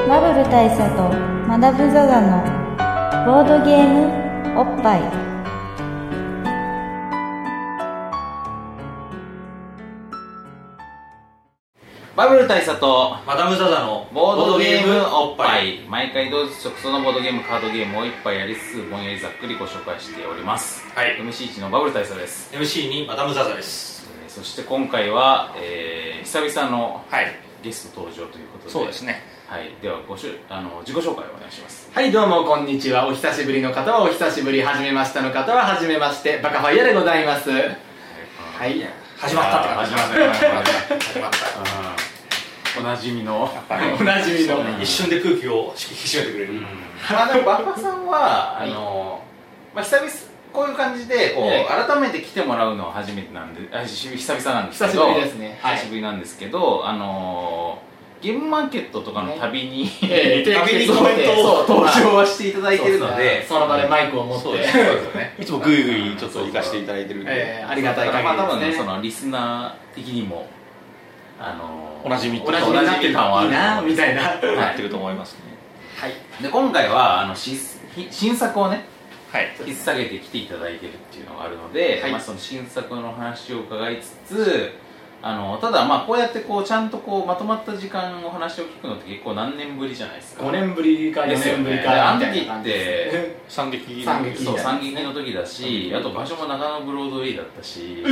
大佐とマダム・ザ・ザのボードゲームおっぱいバブル大佐とマダム・ザ・ザのボードゲームおっぱい毎回同日直送のボードゲームカードゲームを一杯やりつつぼんやりざっくりご紹介しておりますはい MC1 のバブル大佐です、 MC にマダム・ザ・ザですえーそして今回は、えー、久々のはいゲスト登場ということでねはい、ではごしゅあの自己紹介をお願いしますはい、どうも、こんにちは。お久しぶりの方はお久しぶり、はじめましたの方ははじめまして、バカファイヤーでございます。ははい。始まったって感始じまった始まった始まっあ ーおなじみのおなじみの。た一瞬で空気を引き締めてくれる、まあでも馬場さんはあいの、まあ、久々こういう感じでこう、ええ改めて来てもらうのは初めてなんであし久々なんです久けしどぶりですね。はい久し。ぶりなんですけど、あのーゲームマーケットとかの旅に、 えー壁にコメントをそう登登場はしていただいてるのでその場でマイクを持って、すねいつもぐいぐいちょっと行かせていただいてるんで、えーありがたいまあ多限分りでねすそね。のリスナー的にもあのーおなじみっておなじみおにななじってみる感はあいるいな、みたいな。いなってると思いますね。で今回はあのし新作をねはい。引っ下げて来ていただいてるっていうのがあるので、はいまあ、その新作の話を伺いつつあのただまあこうやってこうちゃんとこうまとまった時間お話を聞くのって結構何年ぶりじゃないですか5年ぶりか4ですよ年ねぶりかみたいあなの時感じっですねて三撃三撃そう惨劇の時だし、あと場所も長野ブロードウェイだったし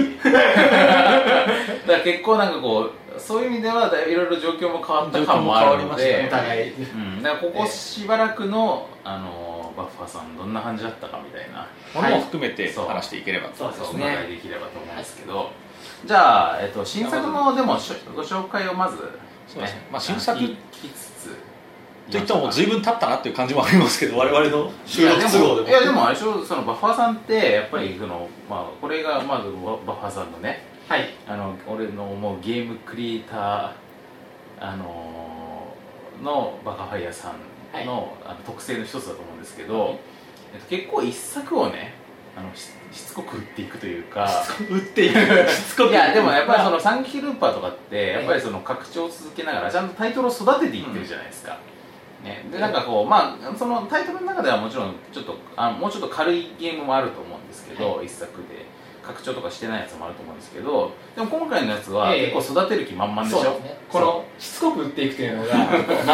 だから結構なんかこうそういう意味ではだいろいろ状況も変わった感もあるの状況でお、互い。 うん、だからここしばらくの、あのバッファーさんどんな感じだったかみたいなものも含めてそう話していければと。そうでそうすお伺いね。できればと思うんですけど、じゃあ、えっと、新作のでもしょご紹介をまず、ねそうですねまあ新作聞きつつといってももう随分経ったなっていう感じもありますけど、我々の収録都合でも。いやでもいやでもあれでしょそのバッファーさんってやっぱりその、まあ、これがまずババッファーさんのねはい。あの俺の思うゲームクリエイターあのーのバカファイヤーさんの,、あの特性の一つだと思うんですけど、えっと、結構一作をねあのししつこく売っていくというか 打っていく。しつこく。いやでもやっぱりその三撃ルーパーとかってやっぱりその拡張を続けながらちゃんとタイトルを育てていってるじゃないですか、ね、でなんかこうまあそのタイトルの中ではもちろんちょっとあもうちょっと軽いゲームもあると思うんですけど、一作で拡張とかしてないやつもあると思うんですけどでも今回のやつはええ結構育てる気満々でしょ、そうですねこのしつこく打っていくというのが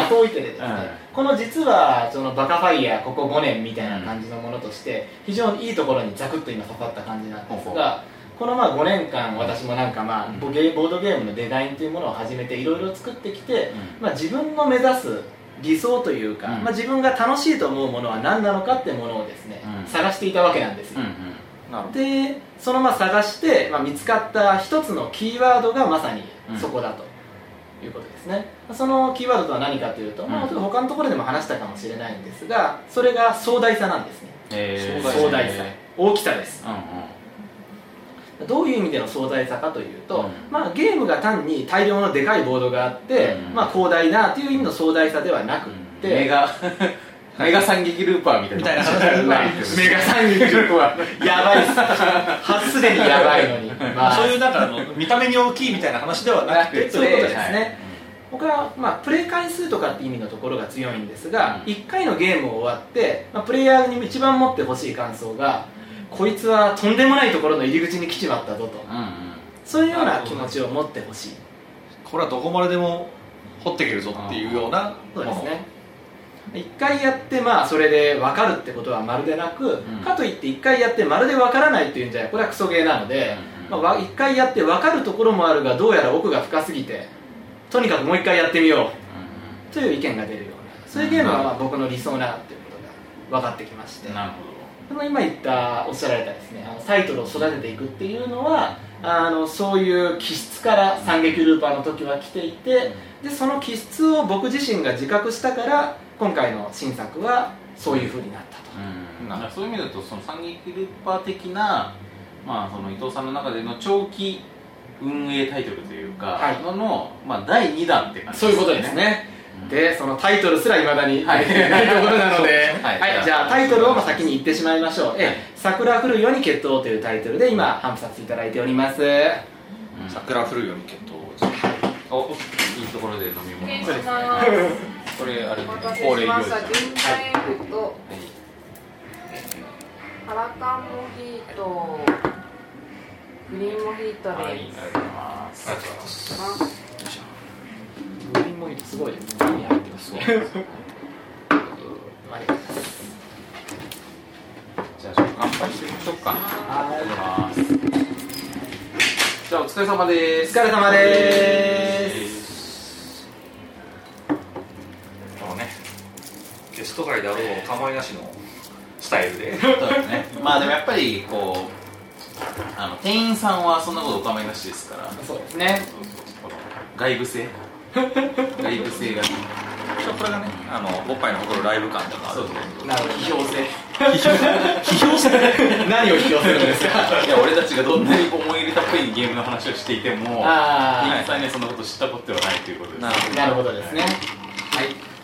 的を置いててですね、この実はそのバカファイヤーここ5年みたいな感じのものとして非常にいいところにザクッと今刺さった感じなんですほうほがこのまあ5年間私もなんかまあうんボゲボードゲームのデザインというものを始めていろいろ作ってきてうんまあ自分の目指す理想というか、うんまあ、自分が楽しいと思うものは何なのかってものをですね、うん探していたわけなんですよ、うんなるほど。でそのまあ探して、まあ、見つかった一つのキーワードがまさにそこだと、いうことですねそのキーワードとは何かというと、まあ、うんちょっと他のところでも話したかもしれないんですがそれが壮大さなんですねえー壮大さ大きさですうんうんどういう意味での壮大さかというと、うんまあ、ゲームが単に大量のでかいボードがあって、うんまあ、広大なという意味の壮大さではなくうっんメて、ガメガ三撃ルーパーみたいなみたいな話話ないメガ三撃力はやばいっすはすでにやばいの に、まあ、そういうなんかあの見た目に大きいみたいな話ではなくて、そういうことですはねい僕は、まあ、プレイ回数とかって意味のところが強いんですが、うん1回のゲームを終わって、まあ、プレイヤーに一番持ってほしい感想が、こいつはとんでもないところの入り口に来ちまったぞとうんうんそういうような気持ちを持ってほしいこれはどこまででも掘っていけるぞっていうようなそもうですの。ね1回やってまあそれで分かるってことはまるでなく、んかといって1回やってまるで分からないっていうんじゃこれはクソゲーなので、うんまあ、わ一回やって分かるところもあるがどうやら奥が深すぎてとにかくもう一回やってみよううという意見が出るようなそういうゲームはまあ僕の理想なっていうことが分かってきましてんうんなるほその今言ったおっしゃられたですねあのタイトルを育てていくっていうのはあのそういう気質から三撃ルーパーの時は来ていてでその気質を僕自身が自覚したから今回の新作はそういうふうになったとど、うん、なだからそういう意味だとその三撃ルーパー的な、まあ、その伊藤さんの中での長期運営タイトルというか、はいのの、まあ、第2弾って感じそういうことですねうんでそのタイトルすらいまだにはい、出てないところ なのではいはい、じゃあタイトルをまあ先に言ってしまいましょうは「いええ桜降るよ」に決闘というタイトルで今頒布させていただいておりますうん桜降るように決闘ですね。おいいところで飲み物失も礼しますこれあれお待たせ恒例行しま事した。はい銀座エールとカラカンモヒート、グリーンモヒートはいありでがとうございますありがとうございますす。ますグリーンもすごいですね。入ってますね。ありがとうございます。じゃあちょっと乾杯してみましょうかいありがとうございますじゃあお疲れ様ですお疲れ様です。あのねゲスト会であろうお構いなしのスタイルでそうですねまあでもやっぱりこうあの店員さんはそんなことお構いなしですからそうですね。この外部性外部性が一応これがね あのおっぱいの誇るライブ感とかあるそうですねなるほど批評性批評する何を引き寄せるんですか。いや俺たちがどんなに思い入れたっぷりにゲームの話をしていても店あ員さんにはそんなこと知ったことではないということですなるあ、なるほどですね。はい、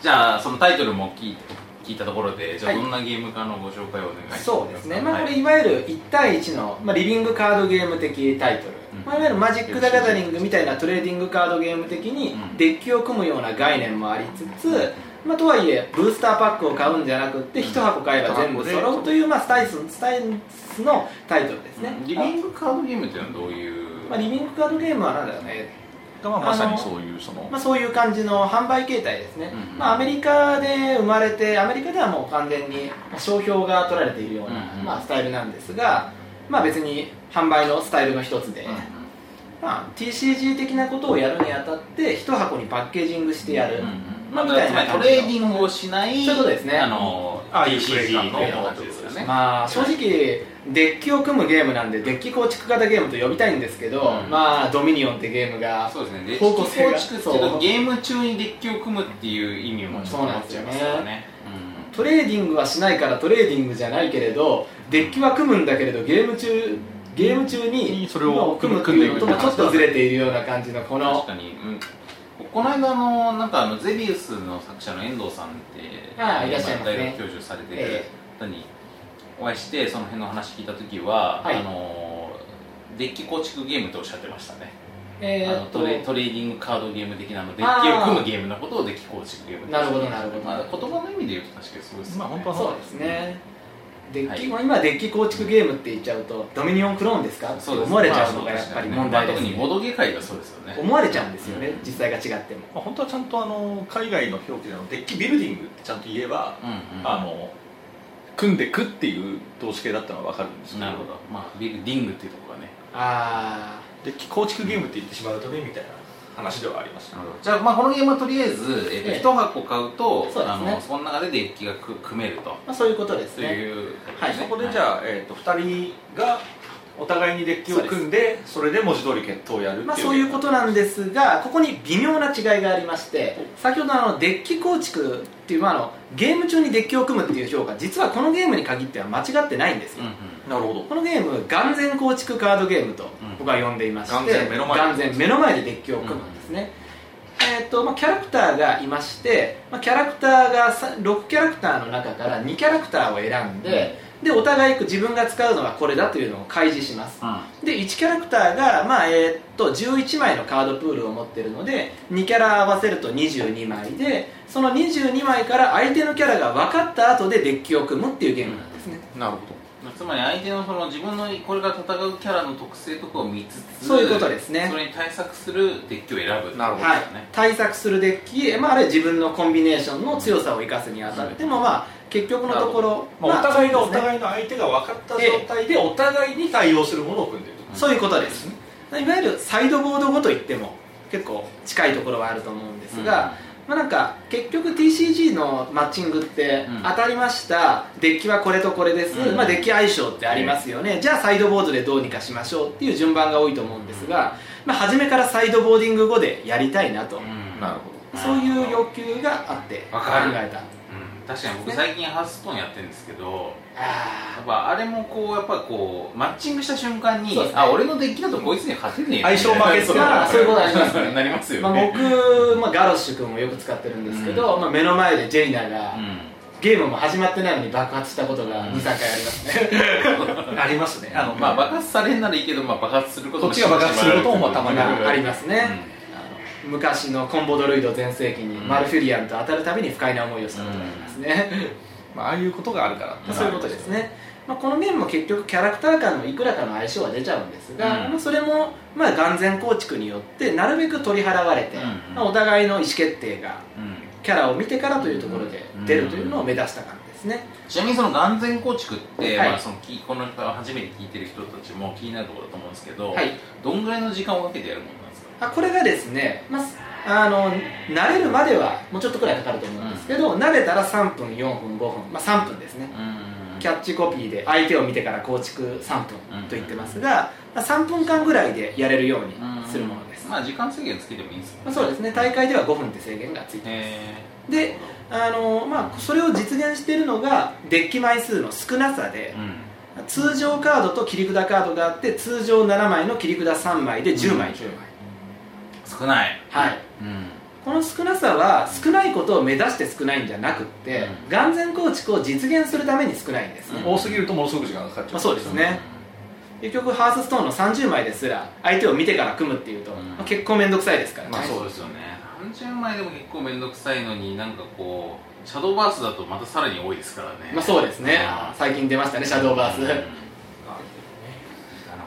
じゃあそのタイトルも聞い聞いたところでじゃあはいどんなゲームかのご紹介をお願いしますそうですね。まあこはれいいわゆる1対1のまあリビングカードゲーム的タイトルうん。まあいわゆるマジック・ザ・ギャザリングみたいなトレーディングカードゲーム的にうんデッキを組むような概念もありつつ、まあ、とはいえブースターパックを買うんじゃなくって1箱買えば全部揃うという、まあ、スタイススタイスのタイトルですね、リビングカードゲームっていうのはどういう、まあ、リビングカードゲームはなんだろうね、が、まあ、まさにそういうそのまあ、そういう感じの販売形態ですね、うんうんまあ、アメリカで生まれてアメリカではもう完全に商標が取られているような、うんうんまあ、スタイルなんですが、まあ、別に販売のスタイルの一つで、うんまあ、TCG 的なことをやるにあたって一箱にパッケージングしてやる、うんうんままああ、みたいつなまりトレーディングをしないそういうことですねあのああいう TCG プレイ感の感じですよね、まあ正直デッキを組むゲームなんでデッキ構築型ゲームと呼びたいんですけど、うんまあドミニオンってゲームがそうですねデッキ方向構性が築っていうそとうゲーム中にデッキを組むっていう意味もちょっとなっちゃいますからね、トレーディングはしないからトレーディングじゃないけれどデッキは組むんだけれどゲーム中ゲーム中にそれをまあ組むと組んでいいうくこともちょっとずれているような感じのこうん確のかに、うんこの間あのなんかあのゼビウスの作者の遠藤さんってああいらっしゃいますね大学教授されてるえ方にお会いしてその辺の話聞いた時は、はいあのデッキ構築ゲームとおっしゃってましたね、えあーのっとトレトレーディングカードゲーム的なのデッキを組むゲームのことをデッキ構築ゲームって言ってましたねなるほどなるほどまあ、言葉の意味で言うと確かにそうですよねまあ本当はそうですねデッキ、は今デッキ構築ゲームって言っちゃうとドミニオンクローンですかってそうです思われちゃうのがやっぱり問題です、まあ特にボドゲ界がそうですよね思われちゃうんですよね実際が違ってもまあ、本当はちゃんとあの海外の表記であのデッキビルディングってちゃんと言えば、うんうんあの組んでくっていう動詞形だったのは分かるんですけどなるほどまあビルディングっていうところがねあデッキ構築ゲームって言ってしまうとねみたいな話ではあります、じゃあ、まあ、このゲームはとりあえず、えっとええ1箱買うとそうですねあのその中でデッキがく組めるとー、まあ、そういうことですとねいう、はいそこでじゃあ、えー、と2人がお互いにデッキを組んでそれで文字通り決闘をやるっていう、まあ、そういうことなんですがここに微妙な違いがありまして先ほどのあのデッキ構築っていう、まあ、あのゲーム中にデッキを組むっていう評価実はこのゲームに限っては間違ってないんですうよ、んうんなるほどこのゲーム完全構築カードゲームとん僕は呼んでいまして、完全目の前完全目の前でデッキを組むんですね、えーとまあ、キャラクターがいまして、まあ、キャラクターがさ6キャラクターの中から2キャラクターを選んで、でお互い自分が使うのはこれだというのを開示しますで1キャラクターが、まあえーっと11枚のカードプールを持ってるので2キャラ合わせると22枚でその22枚から相手のキャラが分かった後でデッキを組むっていうゲームなんですね、なるほまあつまり相手のその自分のこれから戦うキャラの特性とかを見つつそういうことですねそれに対策するデッキを選ぶなるほどはいですね、対策するデッキ、まあ、あるいは自分のコンビネーションの強さを生かすにあたっても、まあ、結局のところ、ど、まあ、お互いがおそうですね互いの相手が分かった状態でお互いに対応するものを組んでるとそういうことです、いわゆるサイドボードごといっても結構近いところはあると思うんですが、まあ、なんか結局 TCG のマッチングってうん当たりました、デッキはこれとこれです、うんまあ、デッキ相性ってありますよね、じゃあサイドボードでどうにかしましょうっていう順番が多いと思うんですが、まあ、初めからサイドボーディング後でやりたいなと、うんなるほそういう欲求があって考わかるえたうん確かに僕最近ハーストーンやってるんですけどやあっぱあれもこうやっぱこうマッチングした瞬間に、そうですねあ俺のデッキだとこいつに勝てねえ相性負けそうまあそういうことになりますねなりますーよまあ、ね、僕、まあ、ガロッシュ君もよく使ってるんですけど、まあ、目の前でジェイナが、うんゲームも始まってないのに爆発したことが23回ありますね、 どありますねあの、ままああ、爆発されんならいいけど、まあ、爆発することこっちが爆発することもまあたまにまあありますね、ね、あ昔のコンボドロイド全盛期にうんマルフィリアンと当たるたびに不快な思いをしたことがありますね、まあ、ああいうことがあるからってまあ そういうことですね、まあ、この面も結局キャラクター間のいくらかの相性は出ちゃうんですが、うんまあ、それもまあ眼前構築によってなるべく取り払われて、うんまあお互いの意思決定がうんキャラを見てからというところで出るというのを目指した感じですね、ちなみにその眼前構築って、はいまあ、そのきこの人初めて聞いてる人たちも気になるところだと思うんですけど、はいどんぐらいの時間をかけてやるものなんですかあこれがですね、まあ、あの慣れるまではもうちょっとくらいかかると思うんですけど、慣れたら3分4分5分、まあ、3分ですねうんキャッチコピーで相手を見てから構築3分と言ってますが、まあ3分間ぐらいでやれるようにするものです、まあ時間制限つけてもいいんですよまあ、そうですね大会では5分って制限がついてます、へであのまあ、それを実現しているのがデッキ枚数の少なさでー、うん通常カードと切り札カードがあって通常7枚の切り札3枚で10枚、うん少ないはい、うんこの少なさは少ないことを目指して少ないんじゃなくって、眼前構築を実現するために少ないんですね、うん多すぎるとものすごく時間がかかっちゃう、まあ、そうですね、結局ハースストーンの30枚ですら相手を見てから組むっていうと、うんまあ結構面倒くさいですからね、まあそうですよね30枚でも結構面倒くさいのになんかこうシャドーバースだとまたさらに多いですからねまあそうですねあ最近出ましたねシャドーバース、うんなる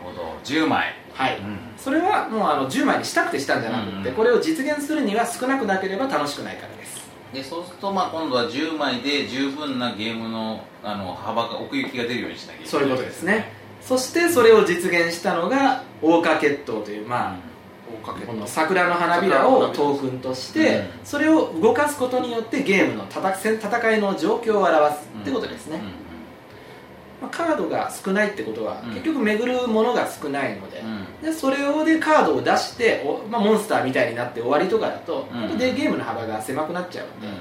ほど10枚はい、それはもうあの10枚にしたくてしたんじゃなくって、うんこれを実現するには少なくなければ楽しくないからですでそうするとまあ今度は10枚で十分なゲームのあの幅が奥行きが出るようにしなきゃいけないそういうことですねそしてそれを実現したのが桜花決闘というまあ、追っかけこの桜の花びらを桜の花びらトークンとして、うんそれを動かすことによってゲームの戦戦いの状況を表すうんってことですね、うんまあ、カードが少ないってことは、うん結局巡るものが少ないので,、うんでそれをでカードを出しておまあ、モンスターみたいになって終わりとかだと、うん本当でゲームの幅が狭くなっちゃうのうで、ん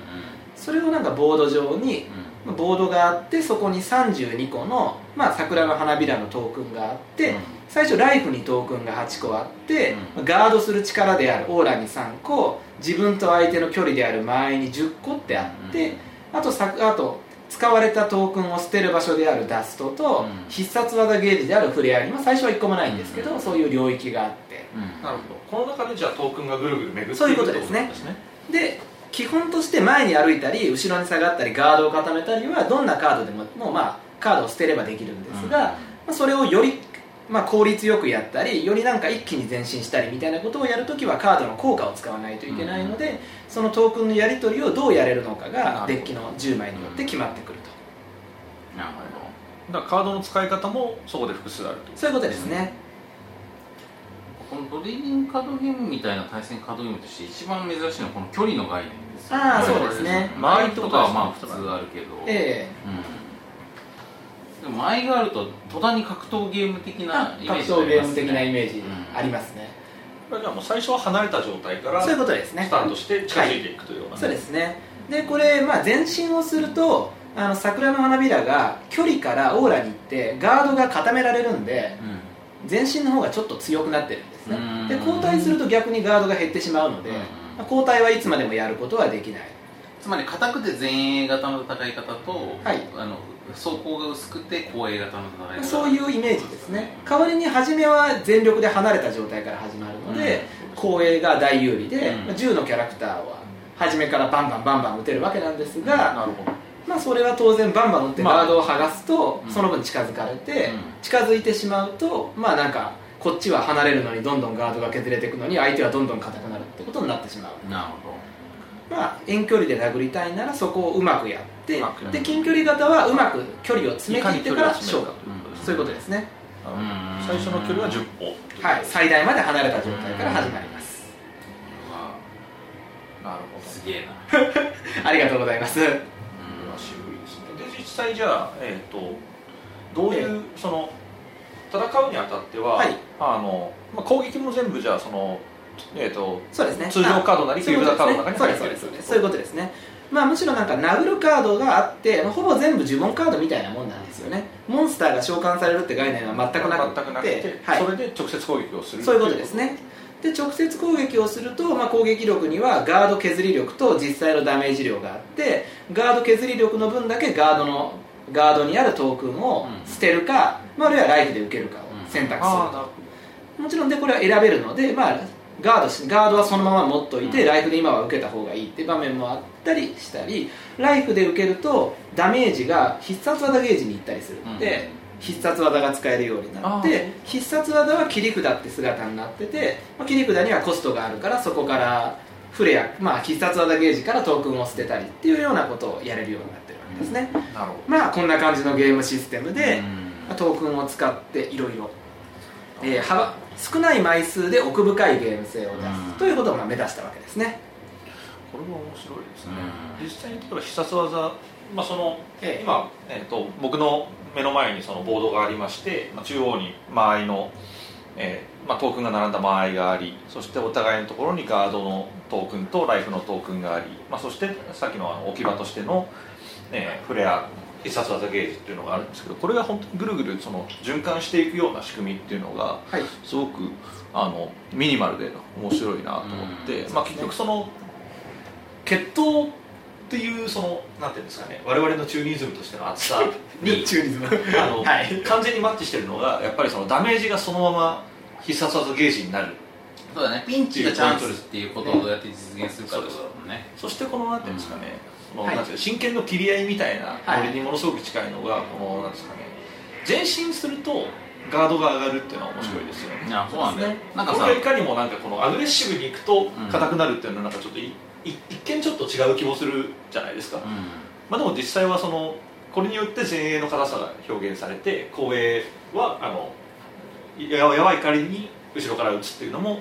それをなんかボード上にうんまあボードがあってそこに32個の、まあ、桜の花びらのトークンがあって、うん最初ライフにトークンが8個あって、うんガードする力であるオーラに3個自分と相手の距離である間合いに10個ってあって、あとさあと使われたトークンを捨てる場所であるダストと、うん必殺技ゲージであるフレアリンは最初は1個もないんですけど、うんそういう領域があってうんなるほどこの中でじゃあトークンがぐるぐる巡っているそういうことですっねてことなんですねで基本として前に歩いたり後ろに下がったりガードを固めたりはどんなカードでももうまあカードを捨てればできるんですが、まあ、それをより、まあ、効率よくやったりよりなんか一気に前進したりみたいなことをやるときはカードの効果を使わないといけないので、そのトークンのやり取りをどうやれるのかなるほがどデッキの10枚によって決まってくると、なるほどだからカードの使い方もそこで複数あるとそういうことですね、このドリーミングカードゲームみたいな対戦カードゲームとして一番珍しいのはこの距離の概念ですよああはいそうですね間合いとかはまあ普通あるけど、えうん、でも間合いがあると途端に格闘ゲーム的えなイメー格ジに闘なりまゲームす的なイねメージありますね、これじゃあもう最初は離れた状態からそういうスことですねタートして近づいていくというような、そうですねでこれ、まあ、前進をするとあの桜の花びらが距離からオーラに行ってガードが固められるんで前進の方がちょっと強くなってるんですねうんで交代すると逆にガードが減ってしまうので、うんまあ交代はいつまでもやることはできないつまり硬くて前衛型の戦い方と、はいあの走行が薄くて後衛型の戦い方そういうイメージですね代わりに初めは全力で離れた状態から始まるので、後衛が大有利で、うんまあ10のキャラクターは初めからバンバンバンバン打てるわけなんですが、なるほどまあ、それは当然バンバン打ってまあガードを剥がすと、うんその分近づかれて、うん近づいてしまうとまあなんかこっちは離れるのにどんどんガードが削れていくのに相手はどんどん硬くなるってことになってしまうなるほまあ遠距離で殴りたいならそこをうまくやってうまくやるで近距離型はうまく距離を詰め切ってからいかに距離を詰勝め負るかということですねそういうこなとですねどるほど最初の距離は10歩はい最大まで離れた状態から始まりますまなるあほどすげえなありがとうございますこれは渋いですねで実際じゃあ、えー、とどういう、その戦うにあたっては、はいあのまあ、攻撃も全部じゃあその、えー、とそうですね通常カードなりあそういうこフィルターとですねカードの中に入ってそうるですそうですそういうことですねまあむしろなんか殴るカードがあって、まあほぼ全部呪文カードみたいなもんなんですよねモンスターが召喚されるって概念は全くなくて全くなくて、はい、それで直接攻撃をするそういうことですねで直接攻撃をすると、まあ、攻撃力にはガード削り力と実際のダメージ量があってガード削り力の分だけガードのガードにあるトークンをうん捨てるか、まあ、あるいはライフで受けるかを選択するああとなるほもちろんでこれは選べるので、まあ、ガードしガードはそのまま持っといて、ライフで今は受けた方がいいっていう場面もあったりしたりライフで受けるとダメージが必殺技ゲージに行ったりするので、必殺技が使えるようになっあて必殺技は切り札って姿になってて、まあ、切り札にはコストがあるからそこからフレア、まあ、必殺技ゲージからトークンを捨てたりっていうようなことをやれるようになってるわけですね、なるほまあこんな感じのゲームシステムで、うんまあトークンを使っていろいろえー幅少ない枚数で奥深いゲーム性を出うんすということをまあ目指したわけですね、どこれは面白いですねう実際に例えば必殺技、まあ、そのええ今、えっと僕の目の前にそのボードがありまして、まあ、中央に間合いの、えーまあ、トークンが並んだ間合いがありそしてお互いのところにガードのトークンとライフのトークンがあり、まあ、そしてさっきのあの置き場としての、えーフレア必殺技ゲージっていうのがあるんですけどこれが本当にぐるぐるその循環していくような仕組みっていうのがはいすごくあのミニマルで面白いなと思って、まあ、結局その決闘っていうそのなんていうんですかね我々のチューニズムとしての厚さにチューリズムあの、はい完全にマッチしてるのがやっぱりそのダメージがそのまま必殺技ゲージになるそうだねピンチがチャンスっていうことをどうやって実現するかってことだもんねそしてこのなんていうんですかね、そのはいなんていうか真剣の切り合いみたいなはいノリにものすごく近いのがこのなんですかね前進するとガードが上がるっていうのは面白いですよね、いやそうなんだよなんかこされがいかにもなんかこのアグレッシブにいくと硬くなるっていうのはなんかちょっとい、い一見ちょっと違う気もするじゃないですか、うまあ、でも実際はそのこれによって前衛の硬さが表現されて後衛はあのややばい仮に後ろから打つっていうのも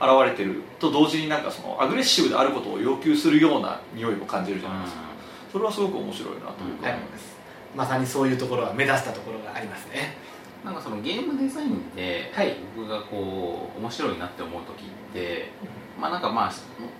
現れてると同時になんかそのアグレッシブであることを要求するような匂いも感じるじゃないですか、んそれはすごく面白いなというか、はいまさにそういうところは目指したところがありますねなんかそのゲームデザインで、はい僕がこう面白いなって思う時って、まあなんかまあ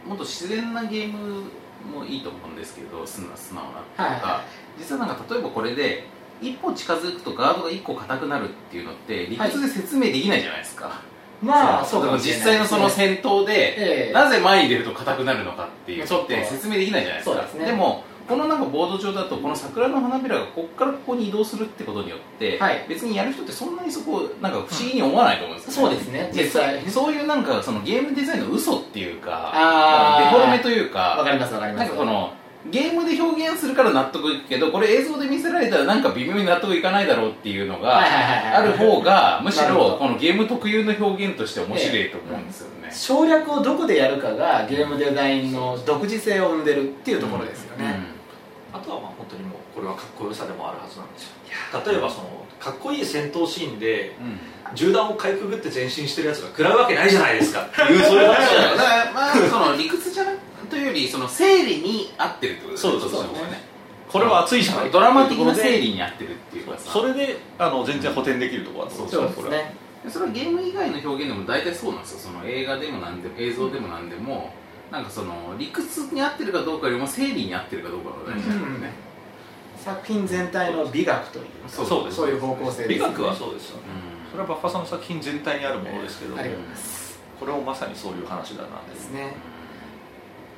ももっと自然なゲームもいいと思うんですけど素直素直なとはいか実はなんか例えばこれで一歩近づくとガードが一個硬くなるっていうのって理屈で説明できないじゃないですか、まあそそううかもしれ実な際いのその戦闘で、ええなぜ前に出ると硬くなるのかっていうちょっとって説明できないじゃないですそかうですねもこのなんかボード上だとこの桜の花びらがここからここに移動するってことによって、はい別にやる人ってそんなにそこなんか不思議に思わないと思うんですよ、そうですね実際でそういうなんかそのゲームデザインの嘘っていうかあデーフォルメというわかかりますわかりまなすんかこのゲームで表現するから納得いくけどこれ映像で見せられたらなんか微妙に納得いかないだろうっていうのが、はいはいはいはいある方がむしなるほろどこのゲーム特有の表現として面白いと思うんですよね。省略をどこでやるかがゲームデザインの独自性を生んでるっていうところですよね、あとはまあ本当にもうこれはかっこよさでもあるはずなんですよ例えばそのかっこいい戦闘シーンでうんうん銃弾をかいくぐって前進してるやつが食らうわけないじゃないですかっていうそういう話じゃなだいですかからまあその理屈じゃなくというよりその整理に合ってるってことですそうそうそうこっちの方がねこれは熱いじゃないドラマ的な整理に合ってるっていうかさそれであの全然補填できるところだと思うんそうでこすれはねそれはゲーム以外の表現でも大体そうなんですよその映画でもなんでも映像でもなんでもなんかその理屈に合ってるかどうかよりも整理に合ってるかどうかが大事なんだよね。作品全体の美学というかそうそうですそういう方向性です、ね、美学はそうですよねうんそれはバッファさんの作品全体にあるものですけど、ありがとうございますこれもまさにそういう話だなですね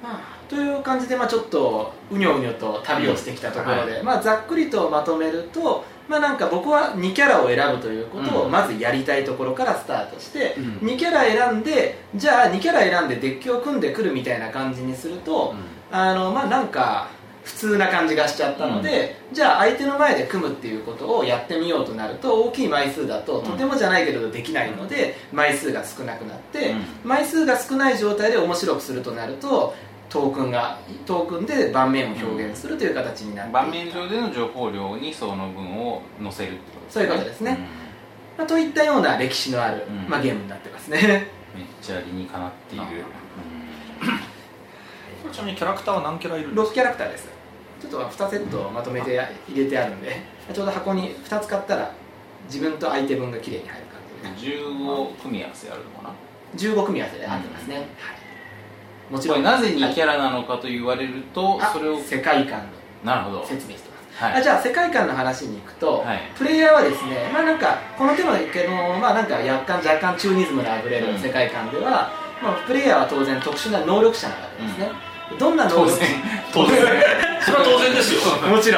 まあという感じで、まあ、ちょっとうにょうにょと旅をしてきたところで、まあ、ざっくりとまとめると、まあ、なんか僕は2キャラを選ぶということうをんまずやりたいところからスタートして、うん2キャラ選んでじゃあ2キャラ選んでデッキを組んでくるみたいな感じにすると、あのまあなんか普通な感じがしちゃったので、じゃあ相手の前で組むっていうことをやってみようとなると大きい枚数だとうんとてもじゃないけれどできないので、枚数が少なくなって、う枚数が少ない状態で面白くするとなるとトークンがトークンで盤面を表現するという形になっうんて、盤面上での情報量にその分を載せるってことそういうことですね、まあ、といったような歴史のある、うんまあ、ゲームになってます ねうんめっちゃ理にかなっているあちなみにキャラクターは何キャラいるんです6キャラクターですちょっと2セットまとめて入れてあるんでちょうど箱に2つ買ったら自分と相手分が綺麗に入る感じでうん15組み合わせあるのかな15組み合わせで合ってますね、はい、もちころれんなぜ2キャラなのかと言われると、あそれを世界観なるほのど説明してます、はあいじゃあ世界観の話に行くと、はいプレイヤーはですねまあなんかこの手のけどまあなんか若干若干チューニズムのあふれうるん世界観では、まあ、プレイヤーは当然特殊な能力者なわけですね、どんな能当力然者当然それは当然ですよもち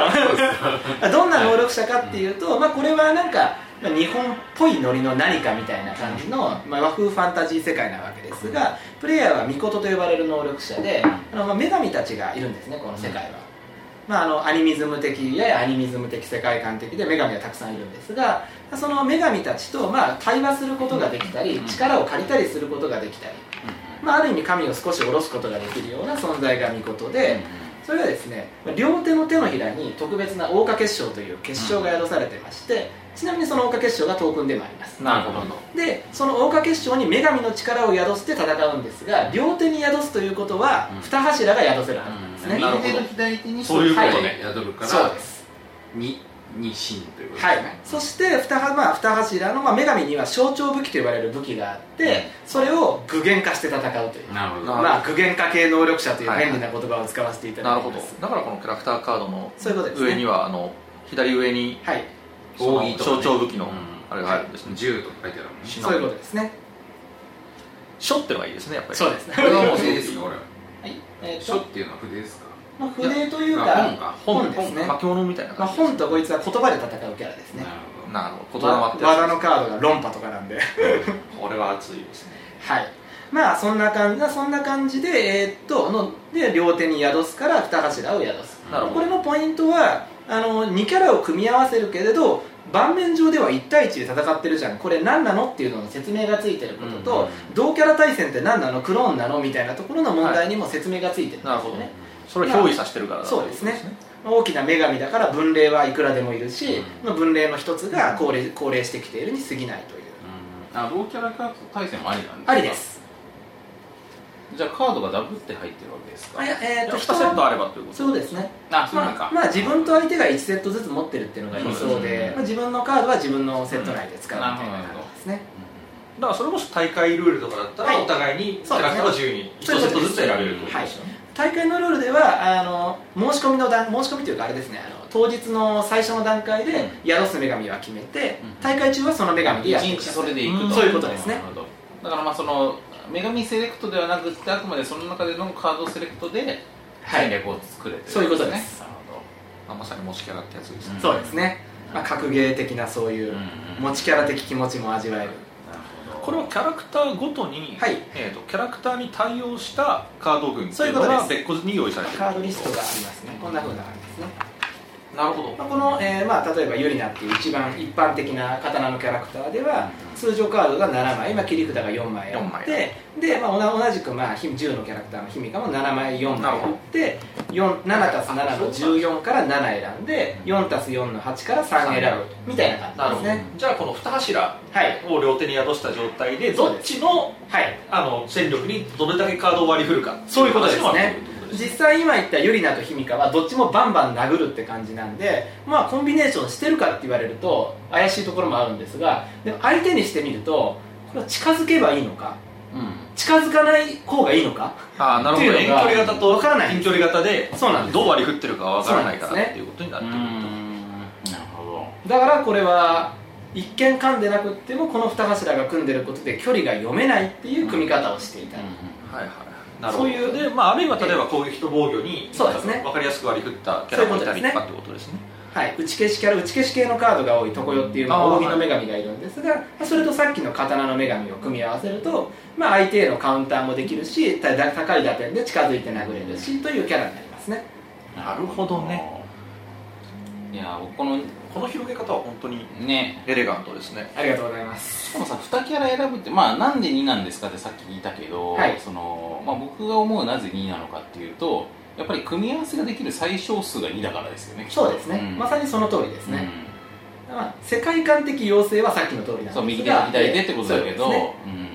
ろんどんな能力者かっていうと、まあ、これはなんかまあ日本っぽいノリの何かみたいな感じの、まあ、和風ファンタジー世界なわけですがプレイヤーは巫女と呼ばれる能力者であの、まあ、女神たちがいるんですねこの世界は、まあ、あのアニミズム的ややアニミズム的世界観的で女神がたくさんいるんですがその女神たちと、まあ、対話することができたり力を借りたりすることができたり、まあ、ある意味神を少し下ろすことができるような存在が巫女とで、それはですね両手の手のひらに特別な桜花結晶という結晶が宿されてまして、ちなみにその桜花結晶がトークンでもありますなるほどでその桜花結晶に女神の力を宿して戦うんですが両手に宿すということはうん二柱が宿せるはずなんですね、右手と左手にそういうことねはい宿るかそうらですにに神ということですはいね、そして二,、まあ、二柱の、まあ、女神には象徴武器と呼ばれる武器があってそれを具現化して戦うというなるほどなまあ、具現化系能力者というはい便利な言葉を使わせていたなだるいてほまどす、だからこのキャラクターカードのそういうことですね上にはあの左上にはいその扇とかね象徴武器のうんあれがあるんですね銃とか書いてあるもんねしそういうことですね書ってのがいいですねやっぱりそうですねこれはもう筆ですかこれははい、えー書っとていうのは筆ですかまあ、筆というあ本か、か本本ですね本巻物みたいなまあ、感じ本とこいつは言葉で戦うキャラですねなるほどなるほど言霊わって技やのカードが論破とかなんでつこれは熱いですねはいまあそんな感じそんな感じでえーっとので両手に宿すから二柱を宿すなるほこれのポイントはあの2キャラを組み合わせるけれど盤面上では1対1で戦ってるじゃんこれ何なのっていうのの説明がついてることと、うんうん同キャラ対戦って何なのクローンなのみたいなところの問題にも説明がついてるんですよね、なるほどそれを憑依させてるからだそうですね大きな女神だから分類はいくらでもいるし、うんまあ分類の一つが高齢高齢してきているに過ぎないといううんあローキャラカード対戦もありなんですかありですじゃあカードがダブって入ってるわけですかあいやえーっと2人セットあればということそうですねあそうなんまかあ、まあ自分と相手が1セットずつ持ってるっていうのが理そう想ですねで、まあ、自分のカードは自分のセット内で使うみたいな感じですね、だからそれもし大会ルールとかだったはらいお互いにキそうャですラクねターを自由に1セそういうッことトでずすつ選べるってことですよね大会のルールではあの申し込みの段申し込みというかあれですねあの当日の最初の段階で宿す女神は決めて、うん大会中はその女神でやって1く日だそされいでいくと、うんそういうことですねなるほどだからまあその女神セレクトではなくってあくまでその中でのカードセレクトでは戦い略を作れてる、そういうことですなるあまさに持ちキャラってやつですねそうですね、まあ、格ゲー的なそういほど、ううん持ちキャラ的気持ちも味わえるなるほどこれはキャラクターごとに、はいえー、とキャラクターに対応したカード群っていうのそういうがこと別個に用意されてるカードリストがありますねこんな風な感じですね、なるほどまあ、この、えーまあ、例えばユリナっていう一番一般的な刀のキャラクターでは通常カードが7枚、まあ、切り札が4枚あ4枚ってで、まあおな、同じく、まあ、ひ銃のキャラクターのヒミカも7枚4枚あって4 7たす7の14から7選んで4たす4の8から3選ぶみたいななる感ほじど、ですねじゃあこの2柱はいを両手に宿した状態でそうどっですちのはいあの戦力にどれだけカードを割り振るかそういうことですねっていうことですね実際今言ったユリナとヒミカはどっちもバンバン殴るって感じなんでまあコンビネーションしてるかって言われると怪しいところもあるんですがでも相手にしてみるとこれは近づけばいいのかうん近づかない方がいいのかあーなるほどっていう遠距のが離型とわからない近距離型でそうなんですどう割り振ってるかわからないかそうなんらですっていねうことになってうくるんなるほどだからこれは一見噛んでなくってもこの二柱が組んでることで距離が読めないっていう組み方をしていた、はいはいなるほどそういうで、まあ、あるいは例えば攻撃と防御にそうですね分かりやすく割り振ったキャラがいたりとかってことですねはい、打ち消しキャラ打ち消し系のカードが多い床よっていう、まあ、あー扇の女神がいるんですが、まあそれとさっきの刀の女神を組み合わせると、まあ、相手へのカウンターもできるした高い打点で近づいて殴れるしというキャラになりますねなるほどねいや僕このこの広げ方は本当にねエレガントですねありがとうございますしかもさ2キャラ選ぶってまあなんで2なんですかってさっき言ったけど、はいそのまあ、僕が思うなぜ2なのかっていうとやっぱり組み合わせができる最小数が2だからですよねそうですね、うんまさにその通りですねね、まあ、世界観的要請はさっきの通りなんですそがう右手左手ってことだけどそうう、ですね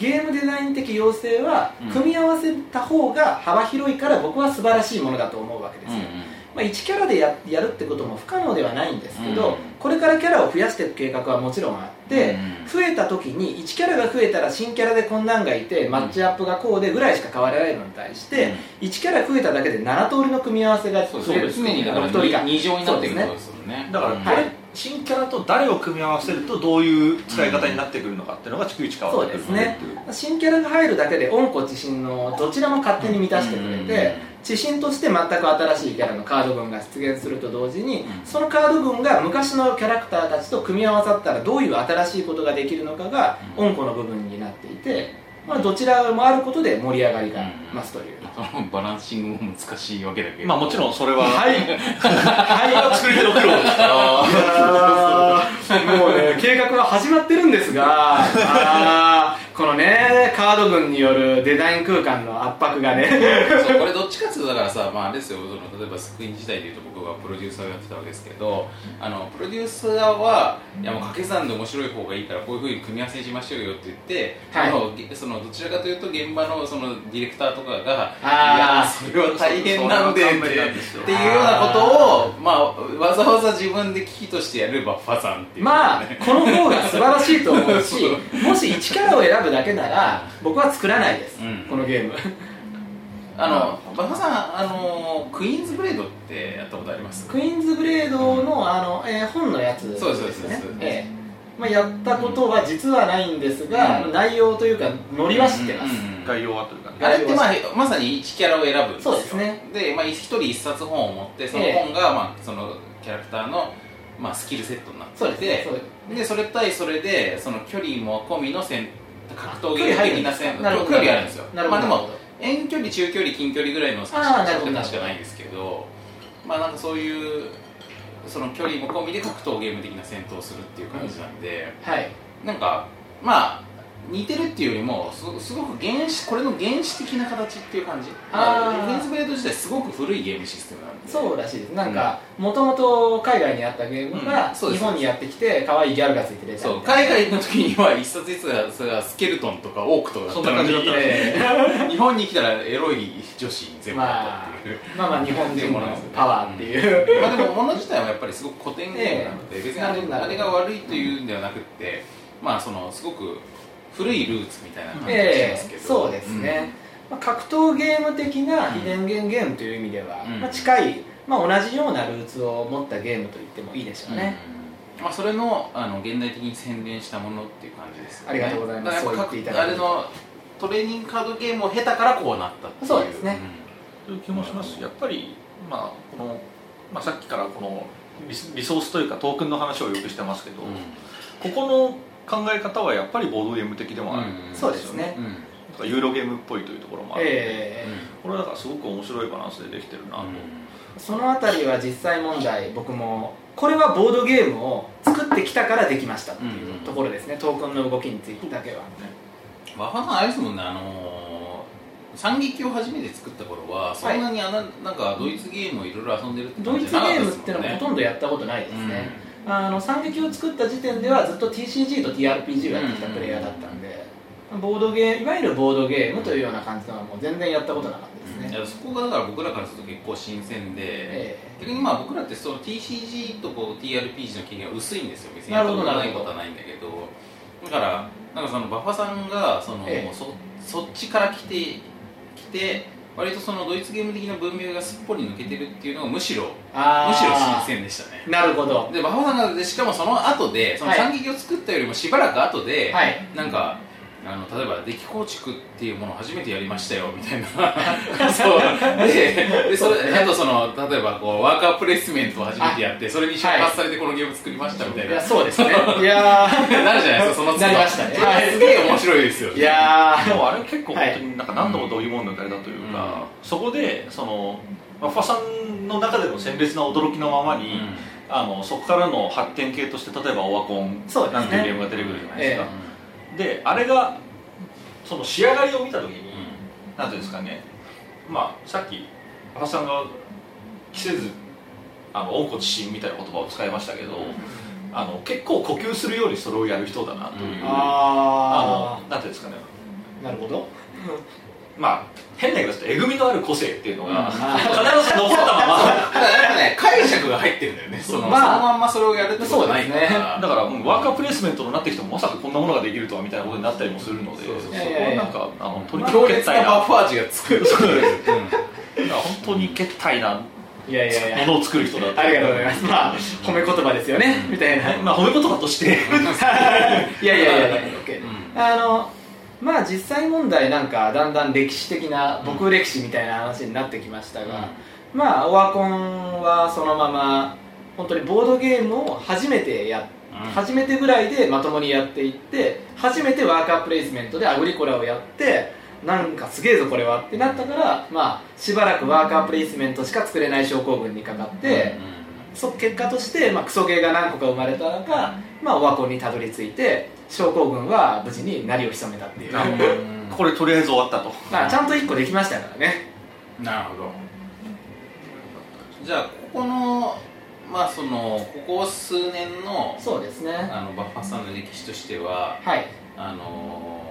ゲームデザイン的要請はうん組み合わせた方が幅広いから僕は素晴らしいものだと思うわけですんよ、うんまあ、1キャラでややるってことも不可能ではないんですけど、うんこれからキャラを増やしていく計画はもちろんあって、増えた時に1キャラが増えたら新キャラでこんなんがいてマッチアップがこうでぐらいしか変わらないのに対して、1キャラ増えただけで7通りの組み合わせがうん、そう増でえするね常にだから1人が2乗になっていくってことですよねだからこれ、はい新キャラと誰を組み合わせるとどういう使い方になってくるのかっていうのが逐一変わそっうてくでるすね新キャラが入るだけで恩子自身のどちらも勝手に満たしてくれて自身として全く新しいキャラのカード群が出現すると同時にうんそのカード群が昔のキャラクターたちと組み合わさったらどういう新しいことができるのかがうん恩子の部分になっていて、まあ、どちらもあることで盛り上がりが増すという。そのバランシングも難しいわけだけどまあもちろんそれは、はい、は作り手の苦労ですからいやー、もうね、計画は始まってるんです が、あーこのね、カード群によるデザイン空間の圧迫がね、そうこれどっちかっていうとだからさ、まあ、あれですよその例えばスクリーン時代でいうと僕がプロデューサーをやってたわけですけどあのプロデューサーはいやもう掛け算で面白い方がいいからこういうふうに組み合わせにしましょうよって言って、はいあのげそのどちらかというと現場のそのディレクターとかがいやあそれは大変なんでってそうそうそうなんですよっていうようなことを、まあ、わざわざ自分で危機としてやるバッファさんっていう、まあ、この方が素晴らしいと思うし そ、もし1キャラを選ぶだけなら、僕は作らないです、うんこのゲーム。 あのバッファさんあのクイーンズブレードってやったことありますクイーンズブレードのあの、えー本のやつですそうですそうねですそうですええまあ、やったことは実はないんですが、うん内容というかノリは知ってます、うんうんうん概要はというかねあれって、まあ、まさに1キャラを選ぶんですよそうですねで、まあ、一人一冊本を持ってそのええ本が、まあ、そのキャラクターの、まあ、スキルセットになってそういですねてそうですでそれ対それでその距離も込みの戦格闘距離技入る的んでなすか戦なるほど距離あるんですよなるほまあ、どでも遠距離中距離近距離ぐらいの差あーしなるかほど確かないですけどまあなんかそういうその距離も込みで格闘ゲーム的な戦闘をするっていう感じなんで、はいなんかまあ似てるっていうよりもすすごく原始これの原始的な形っていう感じあまディーフェンスブレード自体すごく古いゲームシステムなんでそうらしいですなんかもともと海外にあったゲームがうんそうで日す本にやってきて可愛いギャルがついて出たそうみたい海外の時には一冊一冊それはスケルトンとかオークとかだったのにそんな感じだったええ日本に来たらエロい女子全部だったっていう、なまあまあ日本人のパワーっていう、まあ、でも物自体はやっぱりすごく古典ゲームなので、ええ別にあれあれが悪いというんではなくってまあそのすごく古いルーツみたいな感じがしまえすけえど、そうですね、まあ、格闘ゲーム的な非電源ゲームという意味では、うんまあ、近い、まあ、同じようなルーツを持ったゲームと言ってもいいでしょうね、うんまあ、それのあの現代的に洗練したものっていう感じですよ、ね、ありがとうございますだからやっそう言ってぱいかあただいてれのトレーニングカードゲームを経たからこうなったっていうそうですね、という気もしますやっぱり、まあこのまあ、さっきからこのリスリソースというかトークンの話をよくしてますけど、うんここの考え方はやっぱりボードゲーム的でもある、うんそうですね、うんだからユーロゲームっぽいというところもある、ええこれはだからすごく面白いバランスでできてるなと、そのあたりは実際問題僕もこれはボードゲームを作ってきたからできましたっていうところですね、トークンの動きについてだけは、和ファさんあれですもんねあのー三撃を初めて作った頃はそんなにあな,、なんかドイツゲームをいろいろ遊んでるってド感イじツじゃゲなかったでームっすもんねてのもほとんんどやったことないですね、あの惨劇を作った時点ではずっと TCG と TRPG をやってきたプレイヤーだったんで、ボードゲーいわゆるボードゲームというような感じのはもう全然やったことなかったうですんいね、やそこがだから僕らからすると結構新鮮で、え逆にまあ僕らってその TCG とこう TRPG の経験が薄いんですよ別になるほどやったことないことはないんだけどだからなんかそのバッファさんがその、ええそそっちから来て来て割とそのドイツゲーム的な文明がすっぽり抜けてるっていうのがむしろむえあーしろ新鮮でしたねなるほどでバッファさんがでしかもその後でそのはい惨劇を作ったよりもしばらく後で、はいなんかあの例えば「出来構築」っていうものを初めてやりましたよみたい なそうででそれあとその例えばこうワーカープレイスメントを初めてやってそれに触発されてこのゲーム作りましたみたいいな、やそうです ねいやーなるじゃないですかその都度なりましたねそれはいすげえ面白いですよいやーでもあれ結構本当になんか何度もどういうもんだれだというか、はいそこでそのまあファさんの中での鮮烈な驚きのままうに、んあのそこからの発展系として例えばオワコンそうですなねんていうゲームが出てくるじゃないですか、えであれがその仕上がりを見た時に、うんなんていうんですかねまあさっき羽生さんが着せずあの温故知新みたいな言葉を使いましたけど、あの結構呼吸するようにそれをやる人だなという、うんああのなんていうんですかねーなるほどまあ変な言い方するとえぐみのある個性っていうのが、うん必ず残ったままただなんかね解釈が入ってるんだよねその,、まあそのまんまそれをやるってことはないからそうですだからもうワーカープレイスメントになってきてもまさかこんなものができるとはみたいなことになったりもするのでそうそうそうこはなんかあの取り強決烈体なバッなファージがつくそううん本当に決体ないやい やいやものを作る人だってありがとうございますまあ褒め言葉ですよねみたいなまあ褒め言葉と していやいやいやいやう OK あのまあ実際問題なんかだんだん歴史的な僕歴史みたいな話になってきましたが、まあオワコンはそのまま本当にボードゲームを初めてやっうん初めてぐらいでまともにやっていって初めてワーカープレイスメントでアグリコラをやってなんかすげえぞこれはってなったから、まあ、しばらくワーカープレイスメントしか作れない症候群にかかって、そ結果として、まあ、クソゲーが何個か生まれた中、まあ、オワコンにたどり着いて症候群は無事になりを潜めたっていう、なるほこれとりあえず終わったとまあ、ちゃんと1個できましたからねどなるほどじゃあここのまあそのここ数年のそうですねあのバッファさんの歴史としてははいあのー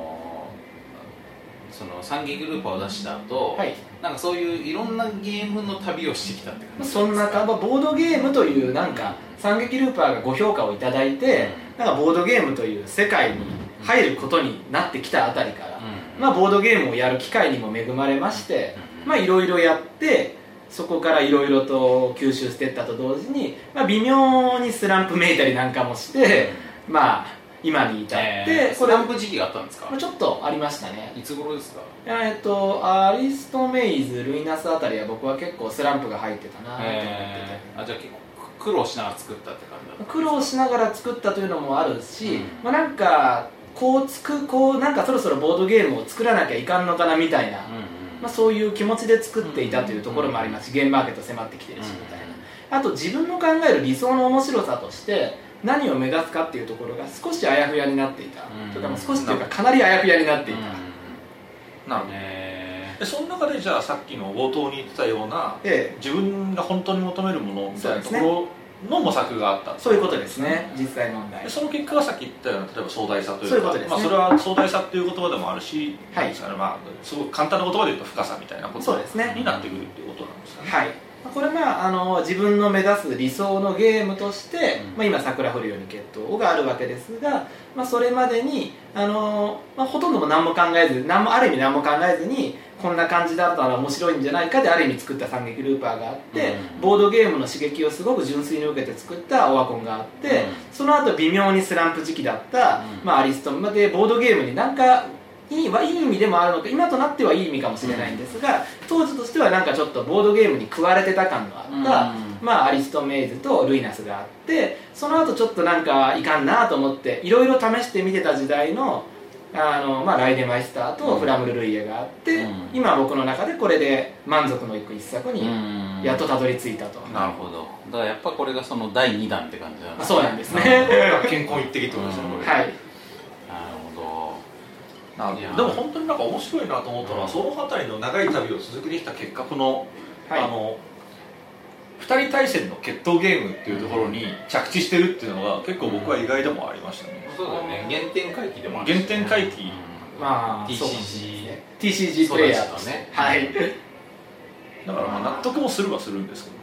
その三撃グループを出した後、はいなんかそういういろんなゲームの旅をしてきたって感じですかそんなかまあボードゲームというなんか三撃ルーパーがご評価をいただいて、なんかボードゲームという世界に入ることになってきたあたりから、うんまあ、ボードゲームをやる機会にも恵まれまして、うんまあいろいろやってそこからいろいろと吸収していったと同時に、まあ、微妙にスランプめいたりなんかもして、まあ今に至って、えーこスれランプ時期があったんですかまあちょっとありましたねいつ頃ですかえっとアリストメイズルイナスあたりは僕は結構スランプが入ってたなと思ってて、えーあじゃあ結構苦労しながら作ったって感じだった苦労しながら作ったというのもあるし、うんまあ、なんかこうつくこうなんかそろそろボードゲームを作らなきゃいかんのかなみたいな、まあ、そういう気持ちで作っていたというところもありますし、ゲームマーケット迫ってきてるしみたいな、あと自分の考える理想の面白さとして何を目指すかっていうところが少しあやふやになっていた、うんというかまあ少しというかかなりあやふやになっていた、なるほどえでその中でじゃあさっきの冒頭に言ってたようなええ自分が本当に求めるものみたいなとそうでこすねろの模索があったそういうことですね実際問題でその結果がさっき言ったような例えば壮大さというかそういうことですねまあ、それは壮大さっていう言葉でもあるし、はいなんですかねまあ、すごく簡単な言葉で言うと深さみたいなことそうですねになってくるっていうことなんですかね、はい、これまああの自分の目指す理想のゲームとして、うんまあ、今「桜降るように決闘」があるわけですが、まあ、それまでにあの、まあ、ほとんども何も考えず何もある意味何も考えずにこんな感じだったら面白いんじゃないかである意味作った「三撃ルーパー」があって、うんボードゲームの刺激をすごく純粋に受けて作った「オワコン」があって、うんその後微妙にスランプ時期だった「うんまあ、アリストン」までボードゲームになんかいいはいい意味でもあるのか今となってはいい意味かもしれないんですが、当時としてはなんかちょっとボードゲームに食われてた感のあった、まあ、アリストメイズとルイナスがあってその後ちょっとなんかいかんなと思っていろいろ試して見てた時代のあの、まあ、ライデマイスターとフラムル・ルイエがあって、うん今僕の中でこれで満足のいく一作うにんやっとたどり着いたと、なるほどだからやっぱこれがその第2弾って感じだなそうなんですね健康一滴ってことですねこれはいなるほなるいやほどでも本当になんか面白いなと思ったのは、うんその辺りの長い旅を続けてきた結果この,、はいあの2人対戦の決闘ゲームっていうところに着地してるっていうのが結構僕は意外でもありましたね、どそうだね原点回帰でもある原点回帰まあ TCG そうかもしれないですね TCG プレイヤーとそうですしてよねはいだからまあ納得もするはするんですけど